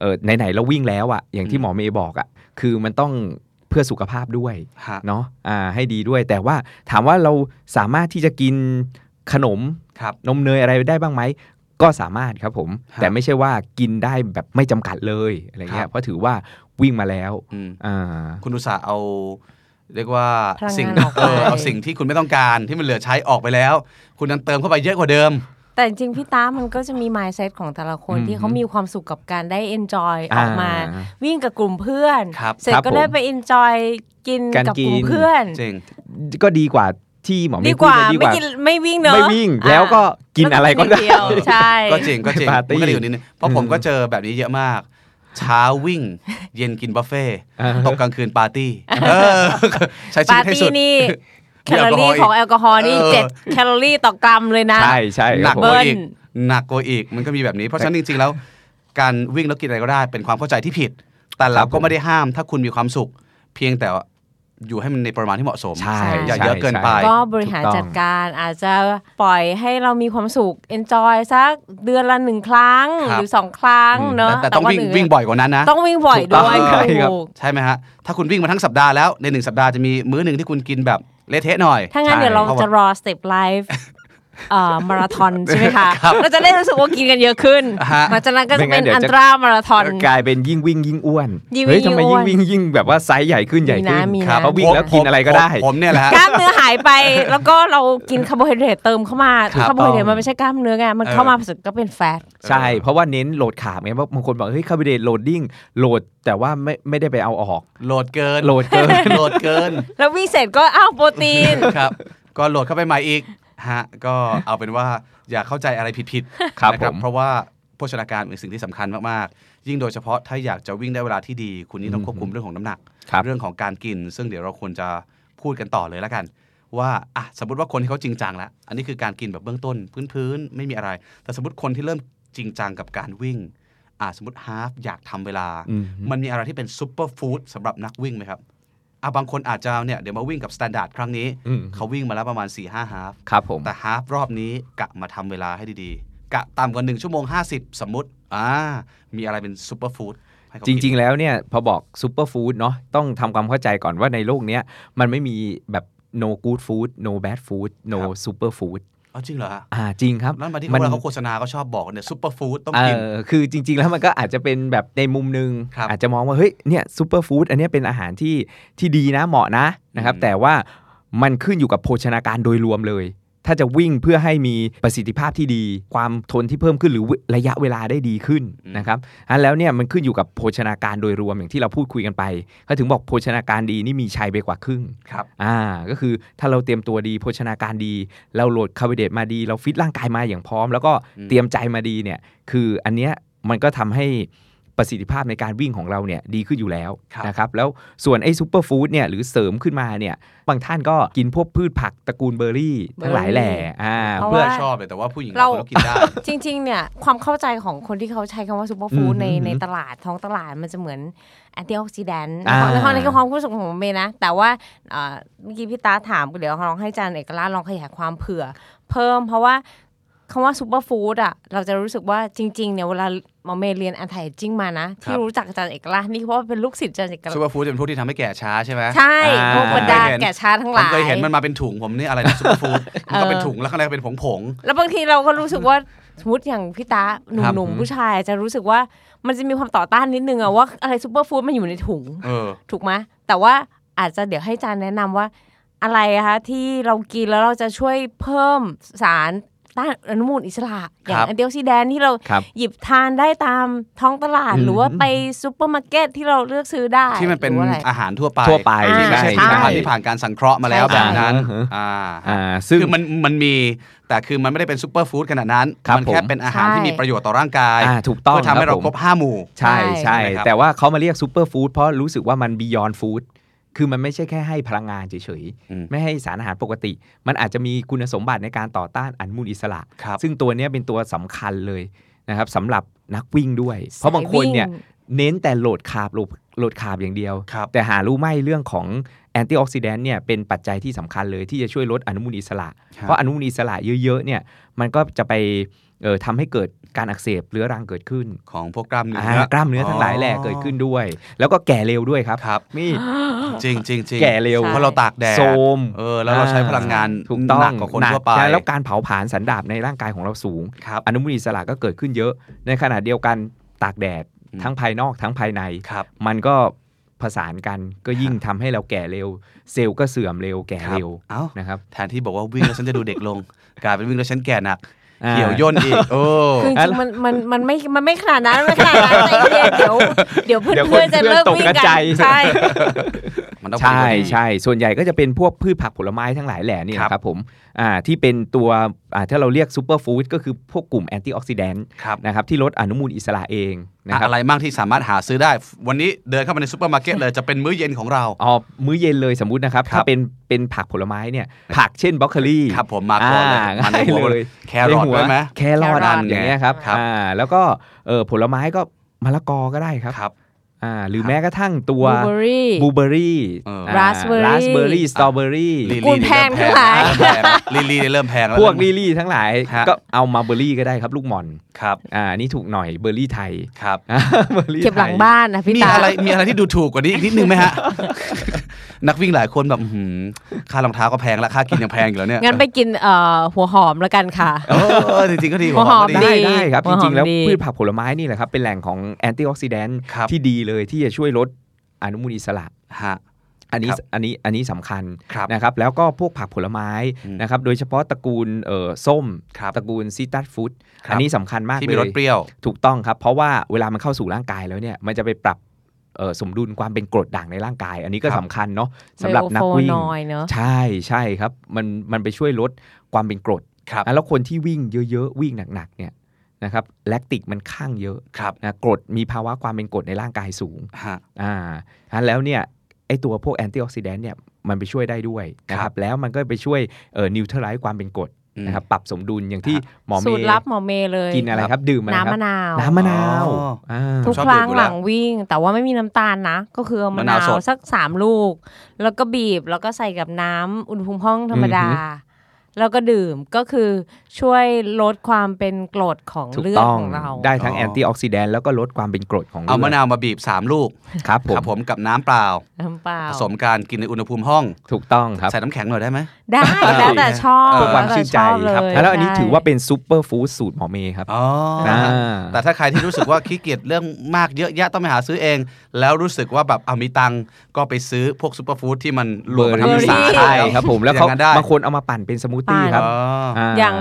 [SPEAKER 4] เอ่อไหนๆเราวิ่งแล้วอะอย่างที่
[SPEAKER 2] อืม
[SPEAKER 4] หมอเมย์บอกอะคือมันต้องเพื่อสุขภาพด้วย
[SPEAKER 2] ฮะ
[SPEAKER 4] เนาะอ่าให้ดีด้วย แต่ว่าถามว่าเราสามารถที่จะกินขนม
[SPEAKER 2] ครับ
[SPEAKER 4] นมเนยอะไรได้บ้างไหม ก็สามารถครับผม
[SPEAKER 2] ครับ
[SPEAKER 4] แต่ไม่ใช่ว่ากินได้แบบไม่จำกัดเลยอะไรเงี้
[SPEAKER 2] ครั
[SPEAKER 4] ย
[SPEAKER 2] บ
[SPEAKER 4] เพราะถือว่าวิ่งมาแล้ว
[SPEAKER 2] อืม
[SPEAKER 4] อ่า
[SPEAKER 2] คุณอุตสาห์เอา เรียกว่า
[SPEAKER 3] พลังงาน
[SPEAKER 2] สิ่ง
[SPEAKER 3] ออกไป
[SPEAKER 2] เออเอาสิ่งที่คุณไม่ต้องการที่มันเหลือใช้ออกไปแล้ว คุณนั้นเติมเข้าไปเยอะกว่าเดิม
[SPEAKER 3] แต่จริงๆพี่ตามันก็จะมี mindset ของแต่ละคนที่เขามีความสุขกับการได้ enjoy ออกมา
[SPEAKER 4] อ่
[SPEAKER 3] วิ่งกับกลุ่มเพื่อน
[SPEAKER 2] ครับ
[SPEAKER 3] เสร็จ
[SPEAKER 4] ครับ
[SPEAKER 3] ก็ได้ไป enjoy กิน
[SPEAKER 4] การ
[SPEAKER 3] กับกลุ่
[SPEAKER 4] กิน
[SPEAKER 3] มเพื่อน
[SPEAKER 2] จริง
[SPEAKER 4] ก็ดีกว่าที่หมอเม
[SPEAKER 3] ดี
[SPEAKER 4] ย์
[SPEAKER 3] ก
[SPEAKER 4] พูด
[SPEAKER 3] ว่า
[SPEAKER 4] เลยดีก
[SPEAKER 3] ไม่
[SPEAKER 4] ว่า
[SPEAKER 3] กินไม่วิ่งเนอะ
[SPEAKER 4] ไม่วิ่ง
[SPEAKER 3] อ่ะ
[SPEAKER 4] แล้วก็กินอะไรก็ได้
[SPEAKER 3] แล้วนอย่างเยวใช่
[SPEAKER 2] ก็จริงก็ จริง
[SPEAKER 4] ปาร์ตี้
[SPEAKER 2] มันก็ดีอยู่นิดนึงเพราะผมก็เจอแบบนี้เยอะมาก เช้าวิ่ง เย็นกินบุฟเฟ่ต์
[SPEAKER 4] อ่า
[SPEAKER 2] ตกกลางคืนปาร์ตี้เอ อใช้ชีวิ
[SPEAKER 3] ปา
[SPEAKER 2] ต
[SPEAKER 3] ร์
[SPEAKER 2] ให้สุ
[SPEAKER 3] ตี้
[SPEAKER 2] ด
[SPEAKER 3] นี่
[SPEAKER 2] มี
[SPEAKER 3] แคลอรี่
[SPEAKER 2] แอลกอฮอล์อีก
[SPEAKER 3] ของแอลกอฮอล์นี่
[SPEAKER 2] เออ
[SPEAKER 3] เจ็ดแคลอรี่ต่อกรัมเลยนะ
[SPEAKER 4] ใช่ใช่
[SPEAKER 2] ห
[SPEAKER 4] ค
[SPEAKER 2] นั
[SPEAKER 4] รั
[SPEAKER 2] ก
[SPEAKER 4] บผ
[SPEAKER 2] ก
[SPEAKER 4] ม
[SPEAKER 2] ว่า
[SPEAKER 3] เบิ้ล
[SPEAKER 2] อีกหนักกว่าอีกมันก็มีแบบนี้ เพราะฉะนั้นจริงๆแล้ว การวิ่งแล้วกินอะไรก็ได้ เป็นความเข้าใจที่ผิด แต่เรา
[SPEAKER 4] ครั
[SPEAKER 2] ก็
[SPEAKER 4] บผม
[SPEAKER 2] ไม่ได้ห้ามถ้าคุณมีความสุข เพียงแต่ว่าอยู่ให้มันในปริมาณที่เหมาะสม
[SPEAKER 4] ใช่
[SPEAKER 2] อย่า
[SPEAKER 4] ใช่
[SPEAKER 2] เยอะเกิน
[SPEAKER 4] ใช่
[SPEAKER 2] ไป
[SPEAKER 3] ก็บริหารจัดการอาจจะปล่อยให้เรามีความสุข enjoy สักเดือนละหนึ่งครั้ง
[SPEAKER 2] ครั
[SPEAKER 3] ห
[SPEAKER 2] บ
[SPEAKER 3] รือสองครั้งเนอะ
[SPEAKER 2] แต่ต้องวิ่ง
[SPEAKER 3] หนึ่
[SPEAKER 2] วิ่งบ่อยกว่านั้นนะ
[SPEAKER 3] ต้องวิ่งบ่อย
[SPEAKER 4] ถูกต้
[SPEAKER 3] ด้
[SPEAKER 4] อง
[SPEAKER 3] วย
[SPEAKER 4] ใช่ครับ
[SPEAKER 3] ถูก
[SPEAKER 2] ใช่ไหมฮะ ถ้าคุณวิ่งมาทั้งสัปดาห์แล้วในหนึ่งสัปดาห์จะมีมื้อหนึ่งที่คุณกินแบบเละเทะหน่อย
[SPEAKER 3] ถ้างั้น
[SPEAKER 4] ใช่
[SPEAKER 3] เดี๋ยวเราจะรอ step life เอ่อมาราธอนใช่ไหมคะเราจะได้รู้สึกว่ากินกันเยอะขึ้น
[SPEAKER 2] ฮะ
[SPEAKER 3] หลังจากนั้นก็จะ
[SPEAKER 4] ไม่งั้
[SPEAKER 3] เป็น น
[SPEAKER 4] เดี๋ยว
[SPEAKER 3] อัน
[SPEAKER 4] จะ
[SPEAKER 3] ตรามาราธอน
[SPEAKER 4] กลายเป็นยิ่งวิ่งยิ่งอ้วน
[SPEAKER 3] ยิ่งวิ่ง
[SPEAKER 4] เฮ้ยทำไม
[SPEAKER 3] ยิ่งอ้
[SPEAKER 4] ยิ่ง
[SPEAKER 3] วน
[SPEAKER 4] วิ่งยิ่งแบบว่าไซส์ใหญ่ขึ้นใหญ่ขึ้น
[SPEAKER 3] มีนะ
[SPEAKER 4] ครับเพราะวิ่งแล้วกินอะไรก็ได้
[SPEAKER 2] ผมเนี่ยแหละฮะ
[SPEAKER 3] กล้ามเนื้อหายไป แล้วก็เรากินคาร์โบไฮเดรตเติมเข้ามา
[SPEAKER 2] ครับ
[SPEAKER 3] คาร์โบไฮเดรตมันไม่ใช่กล้ามเนื้อไงมัน
[SPEAKER 2] เออ
[SPEAKER 3] เข้ามาผสมก็เป็นแฟต
[SPEAKER 4] ใช่ เพราะว่าเน้นโหลดขาบไงเพราะบางคนบอกเฮ้ยคาร์บเดรตโหลดดิ้งโหลดแต่ว่าไม่ไม่ได้ไปเอาออก
[SPEAKER 2] โหลดเกิน
[SPEAKER 4] โหลดเกิน
[SPEAKER 2] โหลดเกิน
[SPEAKER 3] แล้ววิ่งเสร็จก็อ้าวโปรตีน
[SPEAKER 2] ครับ ก็โหลดเข้าไปใหม่อีกฮะ ก็เอาเป็นว่าอย่าเข้าใจอะไรผิดๆ
[SPEAKER 4] ครับ
[SPEAKER 2] นะ
[SPEAKER 4] ผม
[SPEAKER 2] เพราะว่าโภชนาการเป็นสิ่งที่สำคัญมากๆ ยิ่งโดยเฉพาะถ้าอยากจะวิ่งได้เวลาที่ดี คุณนี่ต้องควบคุมเรื่องของน้ำหนัก
[SPEAKER 4] ครับ
[SPEAKER 2] เรื่องของการกิน ซึ่งเดี๋ยวเราควรจะพูดกันต่อเลยแล้วกัน ว่าอ่ะสมมติว่าคนที่เขาจริงจังแล้ว อันนี้คือการกินแบบเบื้องต้นพื้นๆไม่มีอะไร แต่สมมติคนที่เริ่มจริงจังกับการวิ่งอ่ะสมมติฮาฟอยากทำเวลา
[SPEAKER 4] อืม
[SPEAKER 2] มันมีอะไรที่เป็นซูเปอร์ฟู้ดสำหรับนักวิ่งไหมครับอ่ะบางคนอาจจะเนี่ยเดี๋ยวมาวิ่งกับสแตนดาร์ดครั้งนี้
[SPEAKER 4] อืม
[SPEAKER 2] เขาวิ่งมาแล้วประมาณ4ี่ห้าฮาฟ
[SPEAKER 4] ครับผม
[SPEAKER 2] แต่ฮาฟรอบนี้กะมาทำเวลาให้ดีๆ กะต่ำกว่า1ชั่วโมง 50 สมมุติ อ่า มีอะไรเป็นซูเปอร์ฟู้ดให้เขา
[SPEAKER 4] จ
[SPEAKER 2] กิน
[SPEAKER 4] ริง ๆ แล้วเนี่ยพอบอกซูเปอร์ฟู้ดเนาะต้องทำความเข้าใจก่อนว่าในโลกเนี้ยมันไม่มีแบบ no good food no bad food no
[SPEAKER 2] ครับ
[SPEAKER 4] super food
[SPEAKER 2] เอาจริงเหรอฮะ
[SPEAKER 4] อ่าจริงครับ
[SPEAKER 2] นั่นมาที่
[SPEAKER 4] มัน
[SPEAKER 2] เวลาเขาโฆษณาเขาชอบบอกเนี่ยซูเปอร์ฟู้ดต้อง
[SPEAKER 4] เอ
[SPEAKER 2] กิน
[SPEAKER 4] อคือจริง ๆ แล้วมันก็อาจจะเป็นแบบในมุมหนึง
[SPEAKER 2] ครับ
[SPEAKER 4] อาจจะมองว่าเฮ้ยเนี่ยซูเปอร์ฟู้ดอันเนี้ยเป็นอาหารที่ที่ดีนะเหมาะนะนะครับ
[SPEAKER 2] อืม
[SPEAKER 4] แต่ว่ามันขึ้นอยู่กับโภชนาการโดยรวมเลย ถ้าจะวิ่งเพื่อให้มีประสิทธิภาพที่ดี ความทนที่เพิ่มขึ้นหรือระยะเวลาได้ดีขึ้นนะครับอันแล้วเนี่ยมันขึ้นอยู่กับโภชนาการโดยรวมอย่างที่เราพูดคุยกันไปเขาถึงบอกโภชนาการดีนี่มีชัยไปกว่าครึ่ง
[SPEAKER 2] ครับ
[SPEAKER 4] อ่าก็คือถ้าเราเตรียมตัวดีโภชนาการดี เราโหลดคาร์โบไฮเดรตมาดี เราฟิตร่างกายมาอย่างพร้อม แล้วก็
[SPEAKER 2] อืม
[SPEAKER 4] เตรียมใจมาดีเนี่ยคืออันเนี้ยมันก็ทำให้ประสิทธิภาพในการวิ่งของเราเนี่ยดีขึ้นอยู่แล้วนะครับแล้วส่วนไอ้ซูเปอร์ฟู้ดเนี่ยหรือเสริมขึ้นมาเนี่ยบางท่านก็กินพวกพืชผักตระกูลเบอร์รี่ทั้งหลายแหล่อ่า
[SPEAKER 3] เพราะ
[SPEAKER 4] เพื่อ
[SPEAKER 3] ว่า
[SPEAKER 2] ชอบเลยแต่ว่าผู้หญิง
[SPEAKER 3] เรา
[SPEAKER 2] คนก็กินได้
[SPEAKER 3] จริงๆ เนี่ย ความเข้าใจของคนที่เขาใช้คำว่าซูเปอร์ฟู้ด
[SPEAKER 4] อืม
[SPEAKER 3] ใน
[SPEAKER 4] อืม
[SPEAKER 3] ในตลาดท้องตลาดมันจะเหมือนแอนตี้ออกซิแดนต์
[SPEAKER 4] อ่า
[SPEAKER 3] ในความในความรู้สึกของผมเมนะ แต่ว่าเอ่อเมื่อกี้พี่ตาถามเดี๋ยวลองให้อาจารย์เอกราชลองขยายความเผื่อ เพิ่มเพราะว่าคำว่าซูเปอร์ฟู้ดอ่ะเราจะรู้สึกว่าจริงๆเนี่ยเวลาหมอเมย์เรียนแอนตี้จิ้งมานะ
[SPEAKER 2] ค
[SPEAKER 3] ที่
[SPEAKER 2] รับ
[SPEAKER 3] รู้จักอาจารย์เอกราชนี่เพราะว่าเป็นลูกศิษย์อาจารย์เอกราช
[SPEAKER 2] ซูเปอร์ฟู้ดจะเป็นพวกที่ทำให้แก่ช้าใช่ไหม
[SPEAKER 3] ใช่
[SPEAKER 4] อ่า
[SPEAKER 3] พวกบรรดาแก่ช้าทั้งห
[SPEAKER 2] ผม
[SPEAKER 3] ลาย
[SPEAKER 2] เคยเห็นมันมาเป็นถุงผมเนี่ยอะไรนะซูเปอร์ฟู้ดมันก็เป็นถุงแล้วข้างในก็เป็นผงผง
[SPEAKER 3] แล้วบางทีเราก็รู้สึกว่า สมมติอย่างพี่ตาห
[SPEAKER 2] ครับ
[SPEAKER 3] นุ่มๆผู้ชายจะรู้สึกว่ามันจะมีความต่อต้านนิดนึงอะว่าอะไรซูเปอร์ฟู้ดมันอยู่ในถุง
[SPEAKER 2] เออ
[SPEAKER 3] ถูกไหมแต่ว่าอาจจะเดี๋ยวให้อาจารย์แนะนำว่า อะไรอะคะที่เรากินแล้วเราจะช่วยเพิ่มสารต้านอนุมูลอิสระอย่า
[SPEAKER 4] ครั
[SPEAKER 3] ง
[SPEAKER 4] บ
[SPEAKER 3] อันเดียวซีแดนที่เรา
[SPEAKER 4] ครับ
[SPEAKER 3] หยิบทานได้ตามท้องตลาด
[SPEAKER 2] อืม
[SPEAKER 3] หรือว่าไปซูเปอร์มาร์เก็ตที่เราเลือกซื้อได้
[SPEAKER 2] ที่มันเป็น
[SPEAKER 3] หรือว่าอะไร
[SPEAKER 2] อาหารทั่วไป
[SPEAKER 4] ทั่วไป
[SPEAKER 3] อ่า
[SPEAKER 2] ที่ไม่ใช่ผลิ
[SPEAKER 4] ใช่
[SPEAKER 2] ตภัณฑ์ที่ผ่านการสังเคราะห์มาแล้ว
[SPEAKER 3] ใช่
[SPEAKER 2] แบบนั้น
[SPEAKER 4] อ่า
[SPEAKER 2] อ่า
[SPEAKER 4] อ่าซึ่ง
[SPEAKER 2] คือมันมันมีแต่คือมันไม่ได้เป็นซูเปอร์ฟู้ดขนาดนั้น
[SPEAKER 4] ครับ
[SPEAKER 2] มัแค่
[SPEAKER 4] ผม
[SPEAKER 2] เป็นอาหารที่มีประโยชน์ต่อร่างกาย
[SPEAKER 4] อ่าถูกต้อง
[SPEAKER 2] เพื่อทำให้เรา
[SPEAKER 4] ผม
[SPEAKER 2] ครบห้าหมู่
[SPEAKER 4] ใช่
[SPEAKER 3] ใช่
[SPEAKER 2] นะค
[SPEAKER 4] ใช่
[SPEAKER 2] รับ
[SPEAKER 4] แต่ว่าเขามาเรียกซูเปอร์ฟู้ดเพราะรู้สึกว่ามันบียอนฟู้ดคือมันไม่ใช่แค่ให้พลังงานเฉย
[SPEAKER 2] อืม
[SPEAKER 4] ๆ ไม่ให้สารอาหารปกติ มันอาจจะมีคุณสมบัติในการต่อต้านอนุมูลอิสระ
[SPEAKER 2] ครับ
[SPEAKER 4] ซึ่งตัวเนี้ยเป็นตัวสำคัญเลยนะครับสำหรับนักวิ่งด้วย เพราะบางคนเนี่ย
[SPEAKER 3] สายวิ่
[SPEAKER 4] เน้นแต่โหลดคาร์บโหลดโหลดคาร์บอย่างเดียว
[SPEAKER 2] ครับ
[SPEAKER 4] แต่หารู้ไหมเรื่องของแอนตี้ออกซิแดนต์เนี่ยเป็นปัจจัยที่สำคัญเลยที่จะช่วยลดอนุมูลอิสระ
[SPEAKER 2] ครับ
[SPEAKER 4] เพราะอนุมูลอิสระเยอะๆเนี่ยมันก็จะไปเอ่อทำให้เกิดการอักเสบเรื้อรังเกิดขึ้น
[SPEAKER 2] ของพวกกล้ามเนื้
[SPEAKER 4] อ่ากล้ามเนื้อทั้งหลายแหล่เกิดขึ้นด้วย แล้วก็แก่เร็วด้วยครับ
[SPEAKER 2] ครับ
[SPEAKER 4] นี่
[SPEAKER 2] จริงจริงจริง
[SPEAKER 4] แก่เร็ว
[SPEAKER 3] ใช่
[SPEAKER 2] เพราะเราตากแดด
[SPEAKER 4] โซม
[SPEAKER 2] เออแล้วเราใช้พลังงาน
[SPEAKER 4] ถูกต้อง
[SPEAKER 2] หนักกว่าคนทั่วไป
[SPEAKER 4] หกใช่แล้วการเผาผลาญสันดาปในร่างกายของเราสูง
[SPEAKER 2] ครับ
[SPEAKER 4] อนุมูลอิสระก็เกิดขึ้นเยอะ ในขณะเดียวกันตากแดด
[SPEAKER 2] อืม
[SPEAKER 4] ทั้งภายนอกทั้งภายใน
[SPEAKER 2] ครับ
[SPEAKER 4] มันก็ผสานกันก็ยิ่งทำให้เราแก่เร็ว เซลล์ก็เสื่อมเร็วแก่เร็ว
[SPEAKER 2] เอ้า
[SPEAKER 4] นะครับ
[SPEAKER 2] แทนที่บอกว่าวิ่งแล้วฉันจะดูเด็กลง กลายเป็นวิ่งแล้วฉันแก่หนัก
[SPEAKER 4] อ่า
[SPEAKER 2] เหี่ยวย่นอีกโอ้
[SPEAKER 3] คือจริงๆมันมันมันไม่มันไม่ขนาดนั้นไม่ขนาดนั้นใจเย็นเดี๋ยวเดี๋ยวเพื่อน
[SPEAKER 4] เดี๋ยวคน
[SPEAKER 3] เพื่อนจะเลิก
[SPEAKER 4] เพื่อนตก
[SPEAKER 3] วิ่ง
[SPEAKER 4] ก
[SPEAKER 3] กั
[SPEAKER 4] ระจาย
[SPEAKER 3] นใช่
[SPEAKER 2] มันต้อง
[SPEAKER 4] ใช่
[SPEAKER 2] เป็นแบบนี้
[SPEAKER 4] ใช่ ส่วนใหญ่ก็จะเป็นพวกพืชผักผลไม้ทั้งหลายแหล่นี่
[SPEAKER 2] ครับ
[SPEAKER 4] นะครับผมอ่าที่เป็นตัวอ่าถ้าเราเรียกซูเปอร์ฟู้ดก็คือพวกกลุ่มแอนตี้ออกซิแดนต์
[SPEAKER 2] ครับ
[SPEAKER 4] นะครับที่ลดอนุมูลอิสระเองนะ
[SPEAKER 2] อ่ะ
[SPEAKER 4] ครับ
[SPEAKER 2] อะไรบ้างที่สามารถหาซื้อได้ วันนี้เดินเข้ามาในซูเปอร์มาร์เก็ตเลยจะเป็นมื้อเย็นของเรา
[SPEAKER 4] อ๋อมื้อเย็นเลยสมมุตินะครับ
[SPEAKER 2] ครับ
[SPEAKER 4] ถ้าเป็นเป็นผักผลไม้เนี่ยผักเช่นบรอกโคลี
[SPEAKER 2] ครับผมมาก่อนเลยมาใน
[SPEAKER 4] ง่าย
[SPEAKER 2] หัว
[SPEAKER 4] เลย
[SPEAKER 2] แครอทด้วยไหม
[SPEAKER 4] แครอท
[SPEAKER 3] แครอท
[SPEAKER 4] อย่างเงี้ยครับ
[SPEAKER 2] ครับ
[SPEAKER 4] อ่าแล้วก็เออผลไม้ก็มะละกอก็ได้ครับ
[SPEAKER 2] ครับ
[SPEAKER 4] อ่าหรื
[SPEAKER 2] ค
[SPEAKER 4] อ
[SPEAKER 2] รับ
[SPEAKER 4] แม้กระทั่งตัว
[SPEAKER 3] Blueberry
[SPEAKER 4] บลูเบอร์รี่
[SPEAKER 2] เออ
[SPEAKER 4] า
[SPEAKER 3] Raspberry
[SPEAKER 4] ราสเบอร์รี่สตรอเบอร์รี่
[SPEAKER 2] ลิล
[SPEAKER 3] กู
[SPEAKER 2] ลี่
[SPEAKER 3] ลแพง
[SPEAKER 2] เริ่ม
[SPEAKER 3] ทั้งหลาย
[SPEAKER 2] แพงแล้วลิลลี่เริ่มแพงแล้ว
[SPEAKER 4] พวกลี่ลี่ทั้งหลาย
[SPEAKER 2] ฮะ
[SPEAKER 4] ก็เอามาเบอร์รี่ก็ได้ครับลูกหม่อน
[SPEAKER 2] ครับ
[SPEAKER 4] อ่า นี่ถูกหน่อยเบอร์รี่ไท ย
[SPEAKER 2] ครับ
[SPEAKER 4] อ่าเบอร์รี่ไทย
[SPEAKER 3] เก็บหลังบ้านนะพี่
[SPEAKER 2] มี
[SPEAKER 3] ตา
[SPEAKER 2] อะไรมีอะไรที่ดูถูกกว่านี้อีกนิดนึงไหม ฮะ นักวิ่งหลายคนแบบอื้อหือค่ารองเท้าก็แพงแล้วค่ากินยังแพงอยู่แล้วเนี่ย
[SPEAKER 3] งั้นไปกินเอ่อหัวหอมแล้วกันค่ะ
[SPEAKER 2] เออจริงๆก็ดี
[SPEAKER 3] หัวหอม
[SPEAKER 2] ก็
[SPEAKER 3] ดี
[SPEAKER 4] ได้ได้ครับ
[SPEAKER 3] หั
[SPEAKER 4] จ
[SPEAKER 3] วห
[SPEAKER 4] ริ
[SPEAKER 3] อม
[SPEAKER 4] ง ๆ แล้ว
[SPEAKER 3] ดี
[SPEAKER 4] พืชผักผลไม้นี่แหละครับ เป็นแหล่งของแอนตี้ออกซิแดนต์
[SPEAKER 2] ครับ
[SPEAKER 4] ที่ดีเลยที่จะช่วยลดอนุมูลอิสระ
[SPEAKER 2] ฮะ
[SPEAKER 4] อันนี้
[SPEAKER 2] ครับ
[SPEAKER 4] อันนี้อันนี้สำคัญ
[SPEAKER 2] ครับ
[SPEAKER 4] นะครับแล้วก็พวกผักผลไม้
[SPEAKER 2] อืม
[SPEAKER 4] นะครับโดยเฉพาะตระกูลเอ่อส้ม
[SPEAKER 2] ครับ
[SPEAKER 4] ตระกูลซิตรัสฟรุต
[SPEAKER 2] ครับ
[SPEAKER 4] อันนี้สำคัญมาก
[SPEAKER 2] ที่
[SPEAKER 4] เล
[SPEAKER 2] มีรส
[SPEAKER 4] ย
[SPEAKER 2] เปรี้ยว
[SPEAKER 4] ถูกต้องครับ เพราะว่าเวลามันเข้าสู่ร่างกายแล้วเนี่ยมันจะไปปรับเอ่อสมดุลความเป็นกรดด่างในร่างกาย อันนี้ก็
[SPEAKER 2] ครับ
[SPEAKER 4] สำคัญเนาะสำหรับนักวิ่ง
[SPEAKER 3] ไลโอโฟนอยด์เนอะ
[SPEAKER 4] ใช่ใช่ครับ มันมันไปช่วยลดความเป็นกรด
[SPEAKER 2] ครับ
[SPEAKER 4] นะแล้วคนที่วิ่งเยอะๆ วิ่งหนักๆเนี่ยนะครับแลคติกมันข้างเยอะ
[SPEAKER 2] ครับ
[SPEAKER 4] นะกรดมีภาวะความเป็นกรดในร่างกายสูง
[SPEAKER 2] ฮะ
[SPEAKER 4] อ่าอ่ะแล้วเนี่ยไอตัวพวกแอนตี้ออกซิแดนต์เนี่ยมันไปช่วยได้ด้วยนะค
[SPEAKER 2] ครั
[SPEAKER 4] รับบ แล้วมันก็ไปช่วยเอ่อนิวทรไลซ์ความเป็นกรด
[SPEAKER 2] อืม
[SPEAKER 4] นะครับปรับสมดุลอย่างที่หมอเม
[SPEAKER 3] สูตร
[SPEAKER 4] ย์
[SPEAKER 3] ลับหมอเมย์เลย
[SPEAKER 4] กินอะไรครับดื่มอะไรครับ
[SPEAKER 3] น้ำมะนาว
[SPEAKER 4] น้ำมะนาว
[SPEAKER 2] อ๋ออ่
[SPEAKER 4] า
[SPEAKER 3] ทุก
[SPEAKER 2] ชอบ
[SPEAKER 3] ค
[SPEAKER 2] ดื่
[SPEAKER 3] รั้
[SPEAKER 2] ม
[SPEAKER 3] ง
[SPEAKER 2] อยู่แล้ว
[SPEAKER 3] หลังวิ่ง แต่ว่าไม่มีน้ำตาลนะ ก็คือเอา
[SPEAKER 2] มะนาน
[SPEAKER 3] มะาว
[SPEAKER 2] ส
[SPEAKER 3] ว
[SPEAKER 2] ด
[SPEAKER 3] สักสามลูก แล้วก็บีบแล้วก็ใส่กับน้ำอุณหภูมิห้องธรรมดา
[SPEAKER 4] อือฮึ
[SPEAKER 3] แล้วก็ดื่มก็คือช่วยลดความเป็นกรดของ
[SPEAKER 4] ถูก
[SPEAKER 3] เลือด
[SPEAKER 4] ต้อง
[SPEAKER 3] ของเรา
[SPEAKER 4] ได้ทั้ง
[SPEAKER 2] อ๋อ
[SPEAKER 4] แอนตี้ออกซิแดนต์แล้วก็ลดความเป็นกรดของ
[SPEAKER 2] เอามะ
[SPEAKER 4] ลืด
[SPEAKER 2] นาวมาบีบ 3 ลูก
[SPEAKER 4] ครับ
[SPEAKER 2] ค
[SPEAKER 4] ผ
[SPEAKER 2] รั
[SPEAKER 4] ม
[SPEAKER 2] บผมกับน้ำเปล่า
[SPEAKER 3] น้ำเปล่า
[SPEAKER 2] ผสมกันกินในอุณหภูมิห้อง
[SPEAKER 4] ถูกต้องครับ
[SPEAKER 2] ใส่น้ำแข็งหน่อยได้ไหม
[SPEAKER 3] ได้แล้วแต่ชอบ
[SPEAKER 2] เออ
[SPEAKER 4] เพื่อความชื่นใจ
[SPEAKER 3] แล้วแต่
[SPEAKER 4] ค
[SPEAKER 3] ช
[SPEAKER 4] รั
[SPEAKER 3] อบ เลย
[SPEAKER 4] แล้วอันนี้
[SPEAKER 3] ใช่
[SPEAKER 4] ถือว่าเป็นซูเปอร์ฟู้ดสูตรหมอเมย์ครับ
[SPEAKER 2] อ๋อ
[SPEAKER 4] อ่า
[SPEAKER 2] แต่ถ้าใครที่รู้สึกว่า ขี้เกียจเรื่องมากเยอะแยะต้องไปหาซื้อเอง แล้วรู้สึกว่าแบบเอามีตังค์ก็ไปซื้อพวกซูเปอร์ฟู้ดที่มันรวมมาทำเป็นสาร
[SPEAKER 3] เบอร์รี่
[SPEAKER 4] ใช่ครับผมแล้ว
[SPEAKER 2] อ
[SPEAKER 4] เขา
[SPEAKER 2] ย่างนั้นได้
[SPEAKER 4] บางคนเอามาปั่นเป็นสมูทตี้ครับ
[SPEAKER 2] อ๋ออ่ะ
[SPEAKER 3] อย่าง